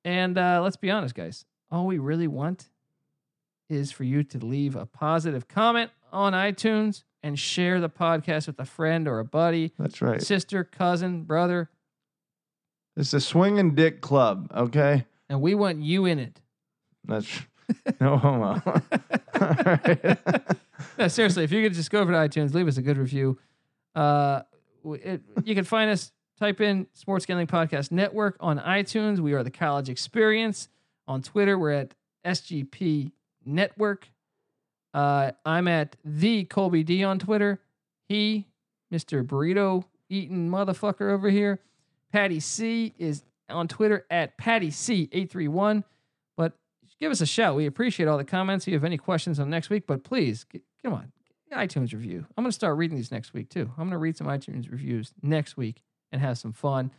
And uh, let's be honest, guys. All we really want is for you to leave a positive comment on iTunes and share the podcast with a friend or a buddy, That's right. sister, cousin, brother. It's a swinging dick club. Okay. And we want you in it. That's no homo. All right. No, seriously, if you could just go over to iTunes, leave us a good review. Uh, w- it, you can find us. Type in Sports Gambling Podcast Network on iTunes. We are the College Experience. On Twitter, we're at SGP Network. Uh, I'm at the Colby D on Twitter. He, Mr. Burrito eating motherfucker over here. Patty C is on Twitter at Patty C831. But give us a shout. We appreciate all the comments. If you have any questions on next week, but please, g- come on, iTunes review. I'm going to start reading these next week too. I'm going to read some iTunes reviews next week and have some fun.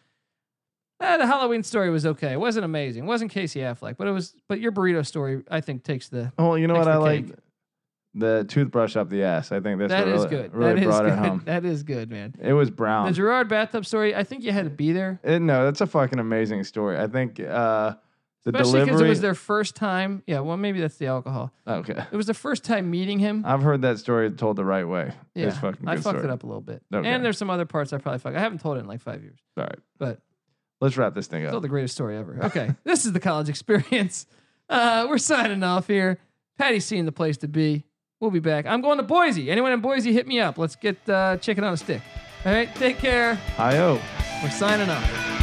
Ah, the Halloween story was okay. It wasn't amazing. It wasn't Casey Affleck, but it was. But your burrito story, I think, takes the. Well, you know Next what I to like? cake. The toothbrush up the ass. I think that's That what is really, good. really that is brought good. it home. Um, That is good, man. It was The brown. Gerard bathtub story. I think you had to be there, It- no, that's a fucking amazing story. I think uh, the especially because delivery. it was their first time. Yeah, well, maybe that's the alcohol. okay, It was the first time meeting him. I've heard that story told the right way. Yeah, it's a fucking I good fucked story. it up a little bit, Okay. and there's some other parts I probably fucked. I haven't told it in like five years, All right, but let's wrap this thing still up. the greatest story ever. Okay, this is the college experience. Uh, we're signing off here. Patty seeing the place to be. We'll be back. I'm going to Boise. Anyone in Boise, hit me up. Let's get uh, chicken on a stick. All right, take care. I O. We're signing off.